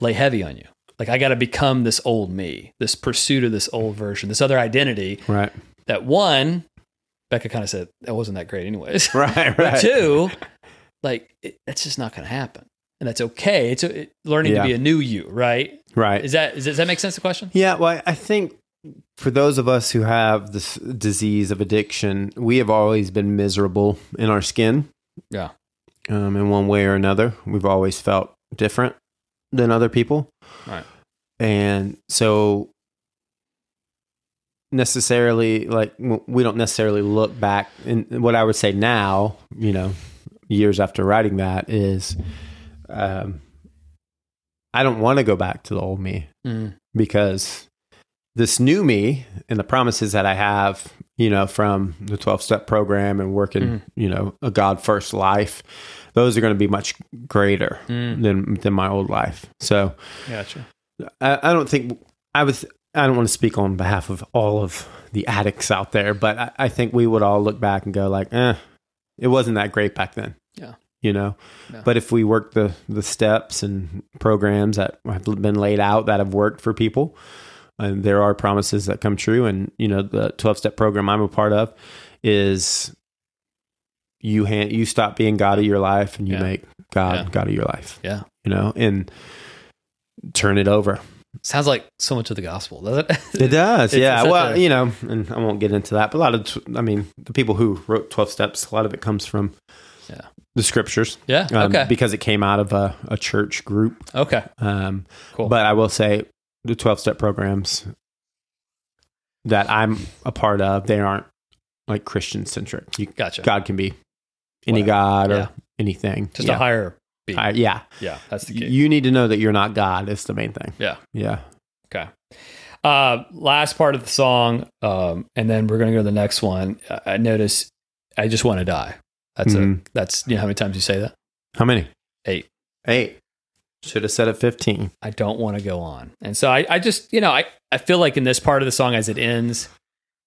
S3: lay heavy on you like i got to become this old me this pursuit of this old version this other identity
S1: right,
S3: that one becca kind of said that wasn't that great anyways
S1: right,
S3: but
S1: right.
S3: two, like it, that's just not going to happen, and that's okay. It's a, it, learning
S1: Yeah.
S3: to be a new you, right?
S1: right.
S3: Is that is, does that make sense? The question.
S1: Yeah, well, I think for those of us who have this disease of addiction, we have always been miserable in our skin.
S3: Yeah.
S1: Um, in one way or another, we've always felt different than other people.
S3: Right.
S1: And so necessarily like w- we don't necessarily look back and what I would say now, you know, years after writing that is um I don't want to go back to the old me
S3: Mm.
S1: because this new me and the promises that I have, you know, from the 12 step program and working, you know, a God first life, those are going to be much greater than, than my old life. So
S3: Gotcha.
S1: I, I don't think I was, I don't want to speak on behalf of all of the addicts out there, but I, I think we would all look back and go like, eh, it wasn't that great back then.
S3: Yeah.
S1: You know,
S3: Yeah.
S1: but if we work the the steps and programs that have been laid out that have worked for people, and there are promises that come true. And you know, the twelve step program I'm a part of is you hand you stop being God of your life and you
S3: Yeah.
S1: make God
S3: Yeah.
S1: God of your life.
S3: Yeah.
S1: You know, and turn it over.
S3: Sounds like so much of the gospel, doesn't it?
S1: It does,
S3: It's-
S1: yeah.
S3: it's such
S1: well,
S3: a-
S1: you know, and I won't get into that, but a lot of, tw- I mean, the people who wrote 12 Steps, a lot of it comes from
S3: Yeah.
S1: the scriptures.
S3: Yeah,
S1: um,
S3: okay.
S1: Because it came out of a, a church group.
S3: okay.
S1: Um,
S3: Cool.
S1: But I will say the 12 step programs that I'm a part of, they aren't like Christian centric. You
S3: Gotcha.
S1: God can be any
S3: Whatever.
S1: God or
S3: Yeah.
S1: anything.
S3: Just
S1: yeah.
S3: a higher beat.
S1: I- yeah.
S3: yeah, that's the key.
S1: You need to know that you're not God, is the main thing.
S3: Yeah.
S1: Yeah.
S3: Okay. Uh, last part of the song, um, and then we're gonna go to the next one. I- I notice I just want to die. That's
S1: Mhm.
S3: a that's you know how many times you say that?
S1: How many?
S3: Eight.
S1: Eight. Should have said at 15.
S3: I don't want to go on. And so I, I just, you know, I, I feel like in this part of the song as it ends,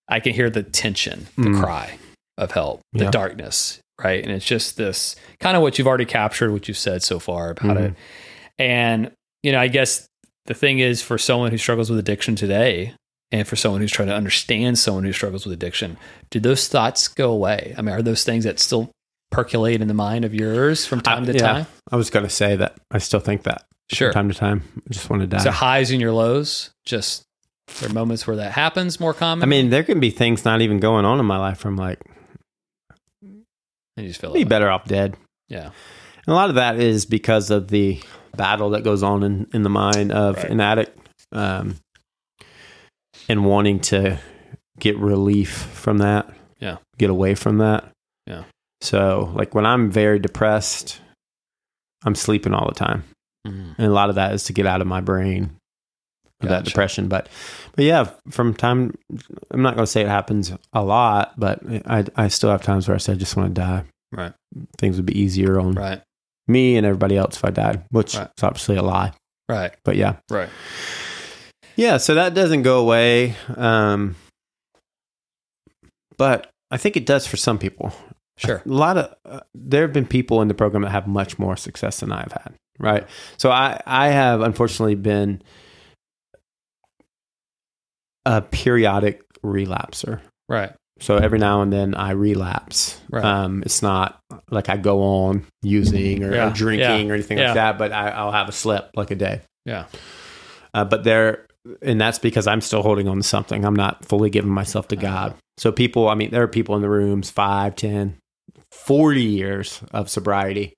S3: I can hear the tension, the
S1: Mm.
S3: cry of help, the
S1: Yeah.
S3: darkness, right? And it's just this kind of what you've already captured, what you've said so far about
S1: Mm-hmm.
S3: it. And, you know, I guess the thing is for someone who struggles with addiction today, and for someone who's trying to understand someone who struggles with addiction, do those thoughts go away? I mean, are those things that still percolate in the mind of yours from time
S1: I-
S3: to
S1: yeah.
S3: time?
S1: I was going to say that I still think that
S3: Sure.
S1: from time to time. I just want to die.
S3: So highs and your lows, just there are moments where that happens more common.
S1: I mean, there can be things not even going on in my life from like,
S3: and you just feel
S1: I'd be
S3: like,
S1: better off dead.
S3: yeah,
S1: And a lot of that is because of the battle that goes on in, in the mind of
S3: Right.
S1: an addict um, and wanting to get relief from that.
S3: Yeah.
S1: Get away from that.
S3: Yeah.
S1: So, like when I'm very depressed, I'm sleeping all the time.
S3: Mhm.
S1: And a lot of that is to get out of my brain. with that depression. But, but yeah, from time, I'm not going to say it happens a lot, but I, I still have times where I say I just want to die.
S8: Right.
S1: Things would be easier on
S3: Right.
S1: me and everybody else if I died, which
S3: Right.
S1: is obviously a lie.
S3: Right.
S1: But yeah,
S3: Right.
S1: yeah. So that doesn't go away, um, but I think it does for some people.
S3: Sure.
S1: a lot of uh, there have been people in the program that have much more success than I've had, right? So I I have unfortunately been a periodic relapser.
S3: Right.
S1: So every now and then I relapse.
S3: Right.
S1: Um, it's not like I go on using or, or
S3: Yeah.
S1: drinking
S3: Yeah.
S1: or anything
S3: Yeah.
S1: like that, but I, I'll have a slip like a day.
S3: Yeah.
S1: Uh, but there, and that's because I'm still holding on to something. I'm not fully giving myself to God. So people, I mean, there are people in the rooms five, 10, 40 years of sobriety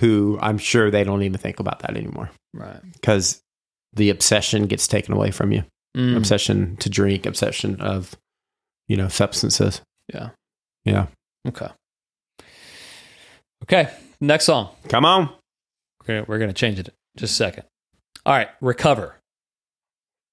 S1: who I'm sure they don't even think about that anymore
S3: Right.
S1: because the obsession gets taken away from you.
S3: Mm.
S1: Obsession to drink, obsession of, you know, substances.
S3: Yeah.
S1: Yeah.
S3: Okay. Okay. Next song.
S1: Come on.
S3: We're gonna, we're gonna change it. Just a second. All right. Recover.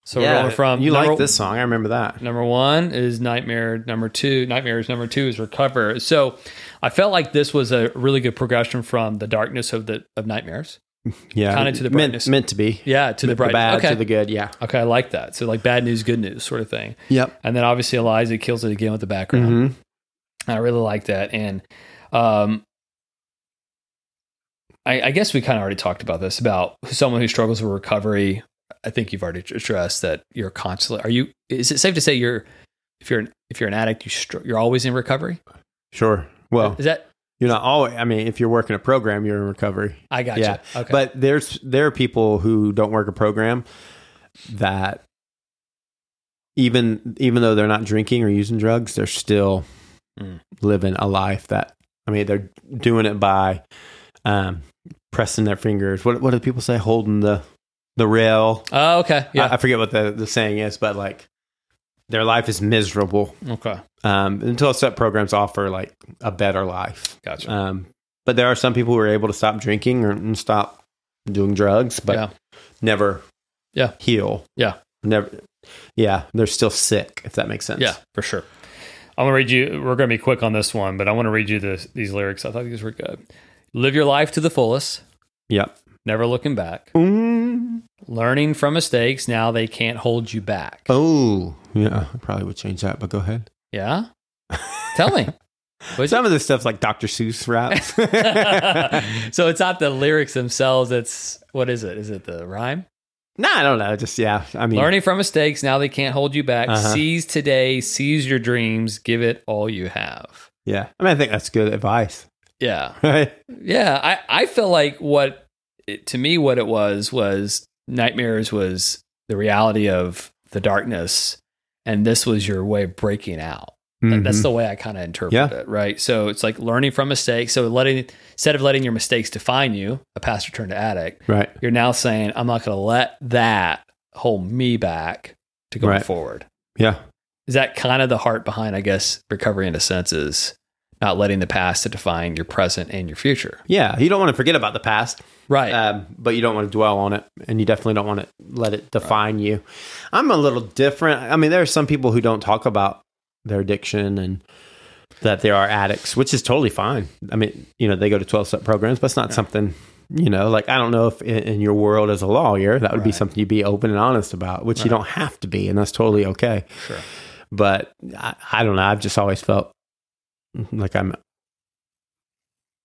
S3: So we're going from
S1: you
S3: number-
S1: like this song. I remember that.
S3: Number one is Nightmare. Number two, Nightmares. Number two is Recover. So I felt like this was a really good progression from the darkness of the of Nightmares.
S1: Yeah.
S3: Kinda to the
S1: meant,
S3: brightness.
S1: meant to be.
S3: Yeah, to the bright.
S1: bad
S3: okay.
S1: to the good. Yeah.
S3: okay, I like that. So like bad news, good news sort of thing.
S1: Yep.
S3: And then obviously Eliza kills it again with the background.
S1: hmm
S3: I really like that. And um, I, I guess we kind of already talked about this about someone who struggles with recovery. I think you've already addressed that you're constantly. Are you? Is it safe to say you're? If you're an, if you're an addict, you str- you're always in recovery.
S1: Sure. Well,
S3: Is that?
S1: you're not always. I mean, if you're working a program, you're in recovery.
S3: I got
S1: Yeah,
S3: you. Okay.
S1: But there's there are people who don't work a program that even even though they're not drinking or using drugs, they're still
S3: Mm.
S1: living a life that I mean they're doing it by um, pressing their fingers. What what do people say? Holding the the rail.
S3: oh, okay. Yeah.
S1: I, I forget what the, the saying is, but like their life is miserable.
S3: okay.
S1: Um, until set programs offer like a better life.
S3: Gotcha.
S1: Um, but there are some people who are able to stop drinking or and stop doing drugs, but
S3: yeah.
S1: never
S3: Yeah.
S1: heal.
S3: Yeah.
S1: Never yeah, they're still sick, if that makes sense.
S3: Yeah, for sure. I'm gonna read you. We're gonna be quick on this one, but I want to read you this, these lyrics. I thought these were good. Live your life to the fullest,
S1: Yep.
S3: never looking back. Learning from mistakes, now they can't hold you back.
S1: Oh. Yeah. I probably would change that, but go ahead.
S3: Yeah? Tell me. What'd
S1: Some of this stuff's like Dr. Seuss raps.
S3: you- so it's not the lyrics themselves, it's what is it? Is it the rhyme?
S1: no, I don't know. Just yeah. I mean
S3: Learning from mistakes, now they can't hold you back.
S1: Uh-huh.
S3: Seize today, seize your dreams, give it all you have.
S1: Yeah. I mean I think that's good advice.
S3: Yeah.
S1: Right?
S3: Yeah, I I feel like what it, to me what it was was nightmares was the reality of the darkness, and this was your way of breaking out. That- That's the way I kind of interpret
S1: Mm-hmm. Yeah.
S3: it, right? So it's like learning from mistakes. So letting instead of letting your mistakes define you, a pastor turned to addict,
S1: Right.
S3: you're now saying I'm not going to let that hold me back to going
S1: Right.
S3: forward.
S1: Yeah.
S3: Is that kind of the heart behind, I guess, recovery in a sense is not letting the past to define your present and your future,
S1: Yeah. You don't want to forget about the past.
S3: right?
S1: um, but you don't want to dwell on it, and you definitely don't want to let it define you. I'm a little different. I mean, there are some people who don't talk about their addiction and that they are addicts, which is totally fine. I mean, you know, they go to 12 step programs, but it's not something, you know, like I don't know if in, in your world as a lawyer, that would be something you'd be open and honest about, which you don't have to be, and that's totally okay.
S3: Sure.
S1: But I, I don't know. I've just always felt like I'm.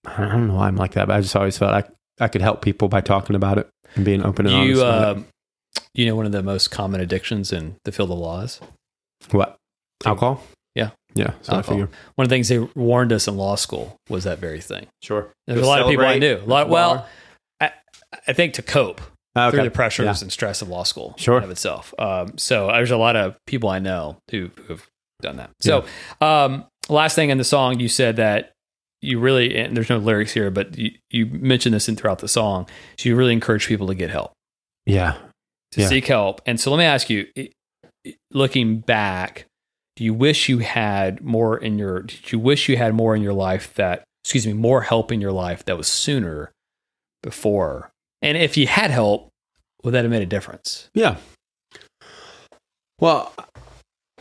S1: I don't know why I'm like that, but I just always felt I I could help people by talking about it and being open and honest.
S3: you
S1: about it.
S3: um, you know one of the most common addictions in the field of laws
S1: what alcohol?
S3: uh, Yeah.
S1: yeah. So I
S3: Alcohol.
S1: figure
S3: Uh, one of the things they warned us in law school was that very thing
S1: sure.
S3: there's a lot of people i knew A lot, well
S1: bar.
S3: I, I think to cope
S1: Ah, Okay.
S3: through the pressures
S1: Yeah.
S3: and stress of law school
S1: Sure.
S3: in and of itself um, so there's a lot of people i know who have done that so um, last thing in the song you said that you really and there's no lyrics here but you, you mentioned this in throughout the song so you really encourage people to get help
S1: Yeah.
S3: to
S1: Yeah.
S3: seek help. And so let me ask you, i- i- looking back, do you wish you had more in your did you wish you had more in your life that excuse me, more help in your life that was sooner before? And if you had help, would that have made a difference?
S1: Yeah. Well,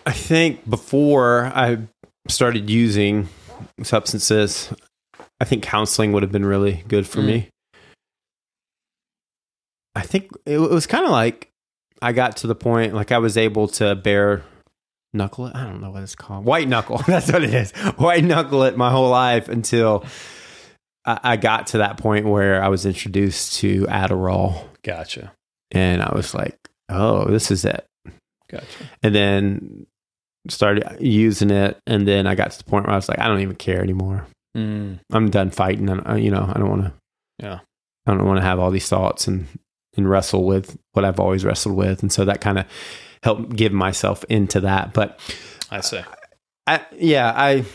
S1: I think before I started using substances, I think counseling would have been really good for me. I think it, wa- it was kind of like I got to the point like I was able to bare knuckle it. I don't know what it's called. White knuckle. That's what it is. White knuckle it my whole life until I, I got to that point where I was introduced to Adderall
S3: Gotcha.
S1: and I was like, "Oh, this is it."
S3: Gotcha.
S1: And then started using it, and then I got to the point where I was like, "I don't even care anymore.
S3: Mm.
S1: I'm done fighting. And uh, you know, I don't want to.
S3: Yeah.
S1: I don't want to have all these thoughts and and wrestle with what I've always wrestled with." And so that kind of helped give myself into that. But Uh,
S3: I see.
S1: I, yeah, I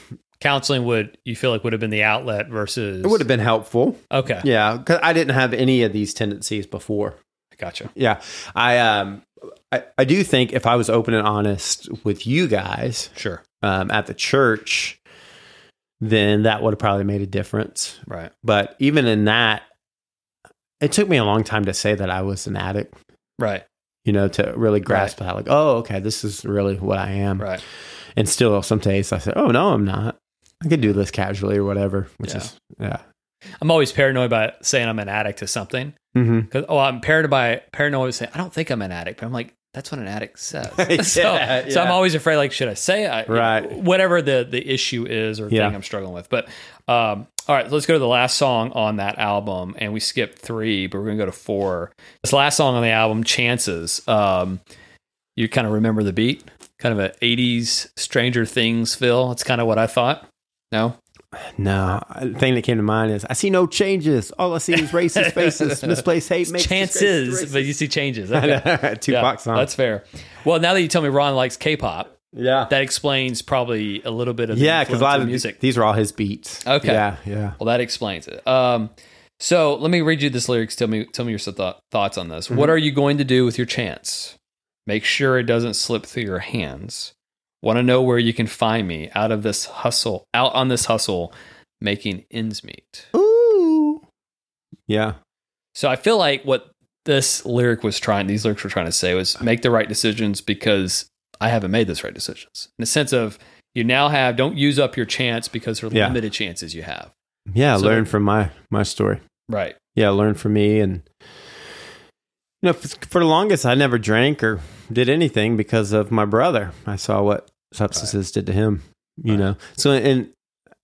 S3: Counseling would you feel like would have been the outlet versus
S1: it would have been helpful.
S3: okay.
S1: Yeah, because I didn't have any of these tendencies before.
S3: Gotcha.
S1: Yeah. I um I, I do think if I was open and honest with you guys
S3: Sure.
S1: um at the church, then that would have probably made a difference.
S3: Right.
S1: But even in that, it took me a long time to say that I was an addict,
S3: Right.
S1: you know, to really grasp that like, oh, okay, this is really what I am.
S3: Right.
S1: And still some days I said, Oh no, I'm not. I could do this casually or whatever, which
S3: Yeah.
S1: is yeah.
S3: I'm always paranoid about saying I'm an addict to something
S1: Mm-hmm.
S3: because oh I'm paranoid by paranoid with saying I don't think I'm an addict, but I'm like that's what an addict says. so,
S1: Yeah,
S3: so I'm
S1: yeah.
S3: always afraid like should I say it? I,
S1: Right.
S3: Whatever the the issue is or
S1: Yeah.
S3: thing I'm struggling with, but. um all right, so let's go to the last song on that album, and we skipped three, but we're gonna go to four. This last song on the album, "Chances," um, you kind of remember the beat, kind of a '80s Stranger Things feel. That's kind of what I thought. No,
S1: No, the thing that came to mind is I see no changes. All I see is racist faces, misplaced hate makes
S3: chances, but you see changes. Okay.
S1: Tupac
S3: Yeah,
S1: song.
S3: That's fair. Well, now that you tell me Ron likes K-pop,
S1: yeah,
S3: that explains probably a little bit of the
S1: yeah, because a lot of
S3: music.
S1: music. These are all his beats.
S3: Okay.
S1: yeah, yeah.
S3: well, that explains it. Um, so let me read you this lyrics. Tell me, tell me your th- thoughts on this.
S1: Mm-hmm.
S3: What are you going to do with your chance? Make sure it doesn't slip through your hands. Want to know where you can find me out of this hustle, out on this hustle, making ends meet.
S1: Ooh, yeah,
S3: So I feel like what this lyric was trying, these lyrics were trying to say was make the right decisions because I haven't made those right decisions. In the sense of you now have, don't use up your chance because there are
S1: Yeah.
S3: limited chances you have.
S1: yeah.
S3: So-
S1: learn from my my story.
S3: Right.
S1: Yeah, learn from me, and you know, f- for the longest, I never drank or did anything because of my brother. I saw what substances did to him. You know, so in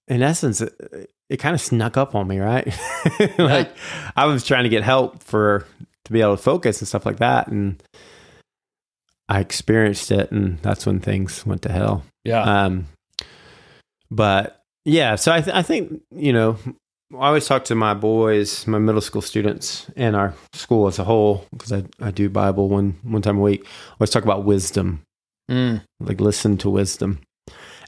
S1: in essence, it, it kind of snuck up on me, right? like I was trying to get help for to be able to focus and stuff like that, and I experienced it, and that's when things went to hell.
S3: Yeah.
S1: Um, but yeah, so I, th- I think you know, I always talk to my boys, my middle school students, and our school as a whole because I, I do Bible one one time a week. I always talk about wisdom,
S3: Mm.
S1: like listen to wisdom.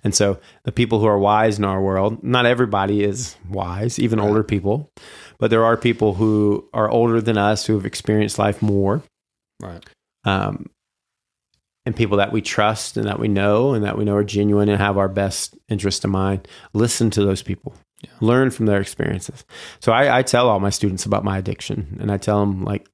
S1: And so the people who are wise in our world, not everybody is wise, even older people, but there are people who are older than us who have experienced life more
S3: Right.
S1: um, and people that we trust and that we know and that we know are genuine and have our best interest in mind. Listen to those people, learn from their experiences. So I, I tell all my students about my addiction and I tell them like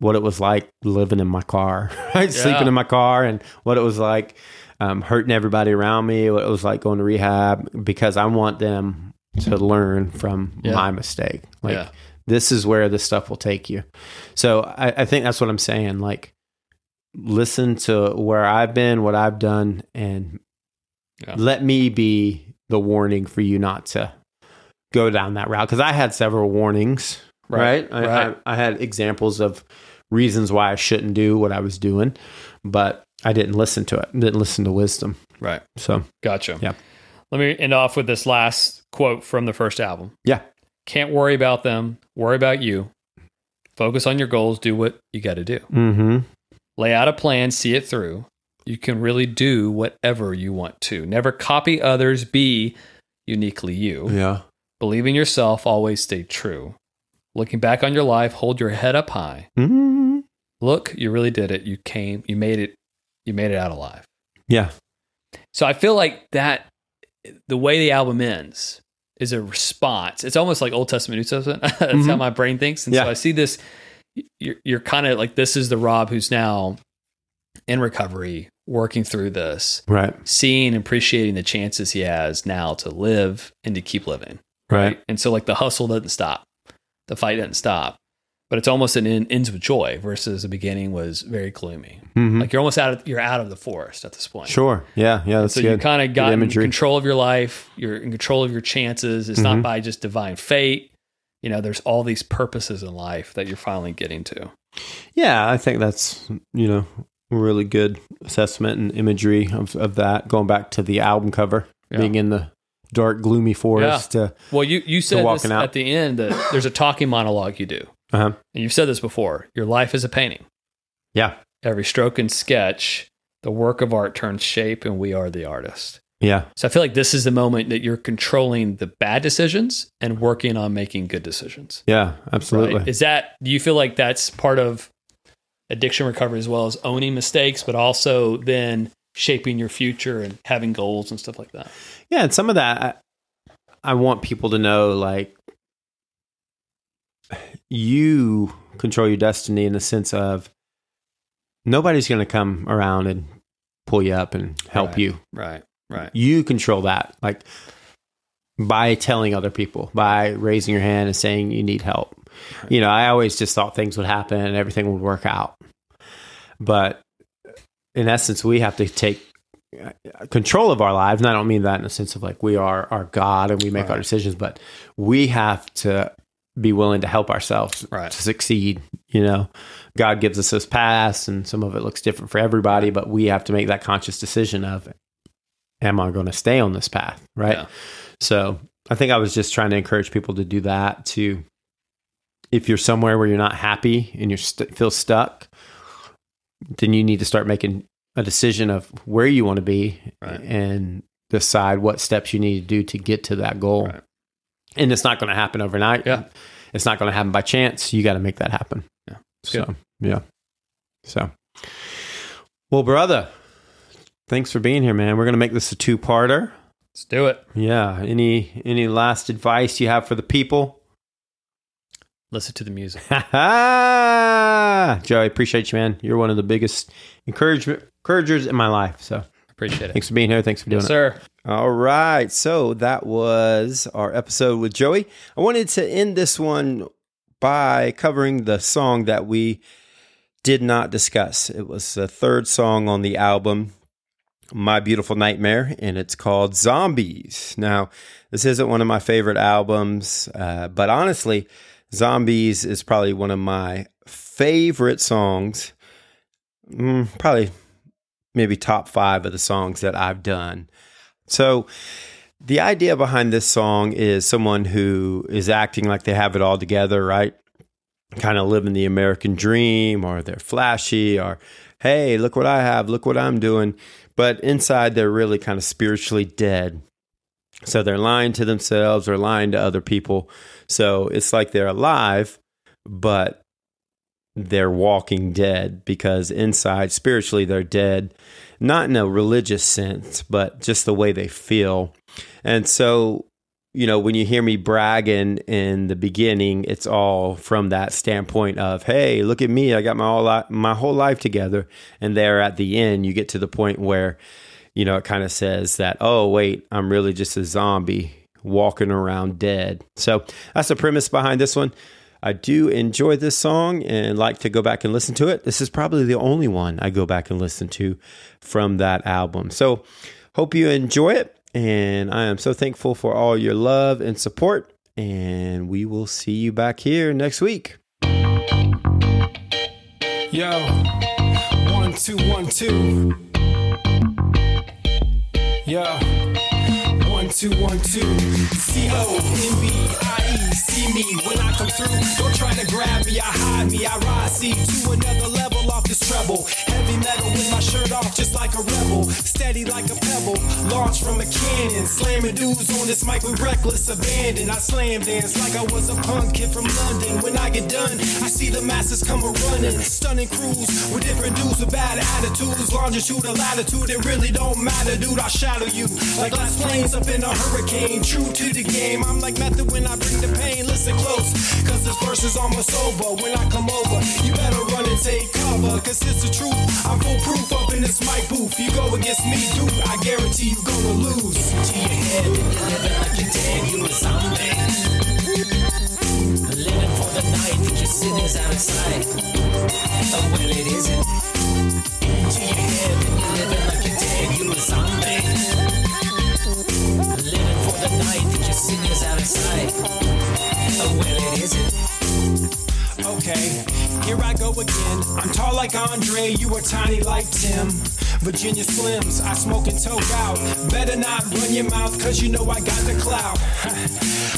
S1: what it was like living in my car, right? sleeping in my car, and what it was like um, hurting everybody around me, what it was like going to rehab because I want them to learn from
S3: Mm-hmm. Yeah.
S1: my mistake. Like
S3: Yeah.
S1: this is where this stuff will take you. So I, I think that's what I'm saying. Like, listen to where I've been, what I've done, and
S3: Yeah.
S1: let me be the warning for you not to go down that route. Because I had several warnings, right?
S3: Right,
S1: I,
S3: right.
S1: I, I had examples of reasons why I shouldn't do what I was doing, but I didn't listen to it. Didn't listen to wisdom.
S3: Right.
S1: So
S3: Gotcha.
S1: Yeah.
S3: Let me end off with this last quote from the first album.
S1: yeah,
S3: Can't worry about them. Worry about you. Focus on your goals. Do what you got to do.
S1: mm-hmm.
S3: Lay out a plan, see it through. You can really do whatever you want to. Never copy others, be uniquely you.
S1: yeah,
S3: Believe in yourself, always stay true. Looking back on your life, hold your head up high.
S1: mm-hmm.
S3: Look, you really did it. You came, you made it, you made it out alive.
S1: yeah,
S3: So I feel like that the way the album ends is a response. It's almost like Old Testament, New Testament. That's how my brain thinks. And
S1: Yeah.
S3: so I see this. You're, you're kind of like this is the Rob who's now in recovery working through this,
S9: Right.
S3: seeing and appreciating the chances he has now to live and to keep living.
S9: Right.
S3: And so, like, the hustle doesn't stop, the fight doesn't stop, but it's almost an end, ends with joy versus the beginning was very gloomy.
S1: Mm-hmm.
S9: Mhm.
S3: Like, you're almost out of, you're out of the forest at this point.
S9: Sure. Yeah. Yeah. That's
S3: So you
S9: good.
S3: kind of got in
S9: imagery. Mm-hmm.
S3: control of your life. You're in control of your chances. It's not by just divine fate. You know, there's all these purposes in life that you're finally getting to.
S9: Yeah, I think that's you know a really good assessment and imagery of, of that. Going back to the album cover,
S3: Yeah.
S9: being in the dark, gloomy forest. Uh,
S3: Well, you you said this
S9: walking out.
S3: at the end that there's a talking monologue you do,
S9: uh-huh.
S3: and you've said this before. Your life is a painting.
S9: Yeah,
S3: Every stroke and sketch, the work of art turns shape, and we are the artist.
S9: yeah,
S3: So I feel like this is the moment that you're controlling the bad decisions and working on making good decisions.
S9: yeah,
S3: Right.
S9: absolutely.
S3: Is that do you feel like that's part of addiction recovery as well as owning mistakes, but also then shaping your future and having goals and stuff like that?
S9: Yeah, and some of that, I, I want people to know like you control your destiny in the sense of nobody's going to come around and pull you up and help
S3: Right.
S9: you.
S3: Right. Right.
S9: you control that like by telling other people by raising your hand and saying you need help you know i always just thought things would happen and everything would work out but in essence we have to take uh, control of our lives and i don't mean that in the sense of like we are our god and we make our decisions but we have to be willing to help ourselves
S3: Right.
S9: to succeed you know god gives us this pass and some of it looks different for everybody but we have to make that conscious decision of am I going to stay on this path? Right.
S3: Yeah.
S9: So I think I was just trying to encourage people to do that to, if you're somewhere where you're not happy and you st- feel stuck, then you need to start making a decision of where you want to be
S3: Right.
S9: and decide what steps you need to do to get to that goal.
S3: Right.
S9: And it's not going to happen overnight.
S3: Yeah.
S9: It's not going to happen by chance. You got to make that happen.
S3: Yeah.
S9: So, yeah. So, well, brother, thanks for being here, man. We're going to make this a two parter.
S3: Let's do it.
S9: Yeah. Any any last advice you have for the people?
S3: Listen to the music.
S9: Joe, I appreciate you, man. You're one of the biggest encouragement encouragers in my life. So
S3: Appreciate it.
S9: thanks for being here. Thanks for doing
S3: Yes,
S9: it.
S3: sir.
S1: All right. So that was our episode with Joey. I wanted to end this one by covering the song that we did not discuss. It was the third song on the album, My Beautiful Nightmare, and it's called Zombies. Now, this isn't one of my favorite albums, uh, but honestly, Zombies is probably one of my favorite songs. Mm, probably maybe top five of the songs that I've done. So the idea behind this song is someone who is acting like they have it all together, right? Kind of living the American dream, or they're flashy, or hey, look what I have, look what I'm doing. But inside, they're really kind of spiritually dead. So they're lying to themselves or lying to other people. So it's like they're alive, but they're walking dead because inside, spiritually, they're dead not in a religious sense, but just the way they feel. And so, you know, when you hear me bragging in the beginning, it's all from that standpoint of, "Hey, look at me! I got my all li- my whole life together." And there at the end, you get to the point where, you know, it kind of says that, "Oh, wait, I'm really just a zombie walking around dead." So that's the premise behind this one. I do enjoy this song and like to go back and listen to it. This is probably the only one I go back and listen to from that album. So, hope you enjoy it. And I am so thankful for all your love and support. And we will see you back here next week.
S4: Yo, one, two, one, two. Yo, one, two, one, two. C O N B I E. See me when I come through. Don't try to grab me, I hide me, I rise. See to another level off this treble. Heavy metal with my shirt off, just like a rebel. Steady like a pebble, launched from a cannon. Slamming dudes on this mic with reckless abandon. I slam dance like I was a punk kid from London. When I get done, I see the masses come a running. Stunning crews with different dudes with bad attitudes. Longitude and latitude, it really don't matter, dude. I shadow you like glass planes up in a hurricane. True to the game, I'm like method when I bring the pain. Listen close, cause this verse is almost over. When I come over, you better run and
S10: better take cover, cause it's the truth. I'm foolproof up in this mic booth. You go against me, dude, I guarantee you gonna lose. To your head, you're living like you're dead, you're a zombie. Living for the night, kissing is outside. Oh, well, it isn't. To your head, you're living like you're dead, you're a zombie. Living for the night, kissing is outside. Oh, well, it isn't. Okay, here I go again. I'm tall like Andre, you are tiny like Tim. Virginia Slims, I smoke and toke out. Better not run your mouth, cause you know I got the clout.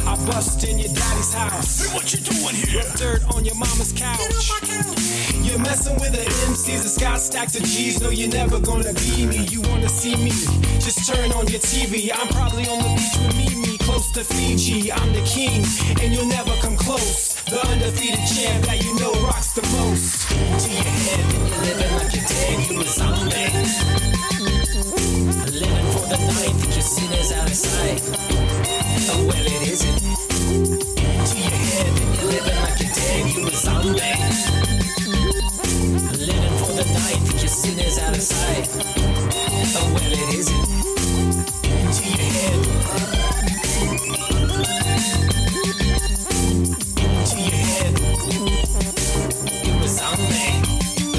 S10: I bust in your daddy's house. Hey, what you doing here? Rub dirt on your mama's couch. You're messing with the MCs that's got stacks of G's. No, you're never gonna be me. You wanna see me? Just turn on your TV. I'm probably on the beach with Mimi, close to Fiji. I'm the king, and you'll never come close. The undefeated champ that you know rocks the most. To your head, you're living like you're dead, you a zombie. Living for the night, your sin is out of sight. Oh, well, it isn't. To your head, you're living like you're dead, you a zombie. Living for the night, your sin is out of sight. Oh, well, it isn't. To your head, to your head. You're a zombie, a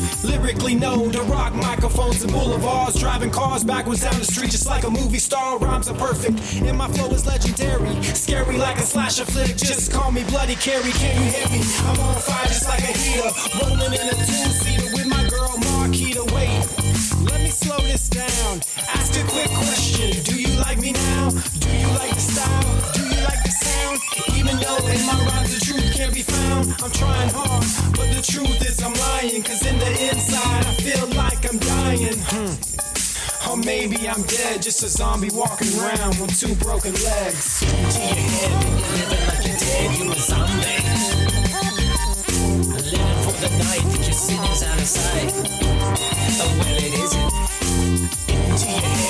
S10: zombie. Lyrically known to rock microphones and boulevards, driving cars backwards down the street just like a movie star. Rhymes are perfect, and my flow is legendary. Scary like a slasher flick, just call me Bloody Carry. Can you hear me? I'm on fire just like a heater, rolling in a two seater with my girl Marquita. Wait, let me slow this down. Ask a quick question Do you like me now? Do you like the style? Do you like the sound? Even though in my rhymes the truth can't be found, I'm trying hard, but the truth is I'm lying. Cause in the inside, I feel like I'm dying. Hmm. Or maybe I'm dead, just a zombie walking around with two broken legs. To your head, living like you're dead, you a zombie. Living for the night, your sin is out of sight. Oh, well, it isn't. To your head,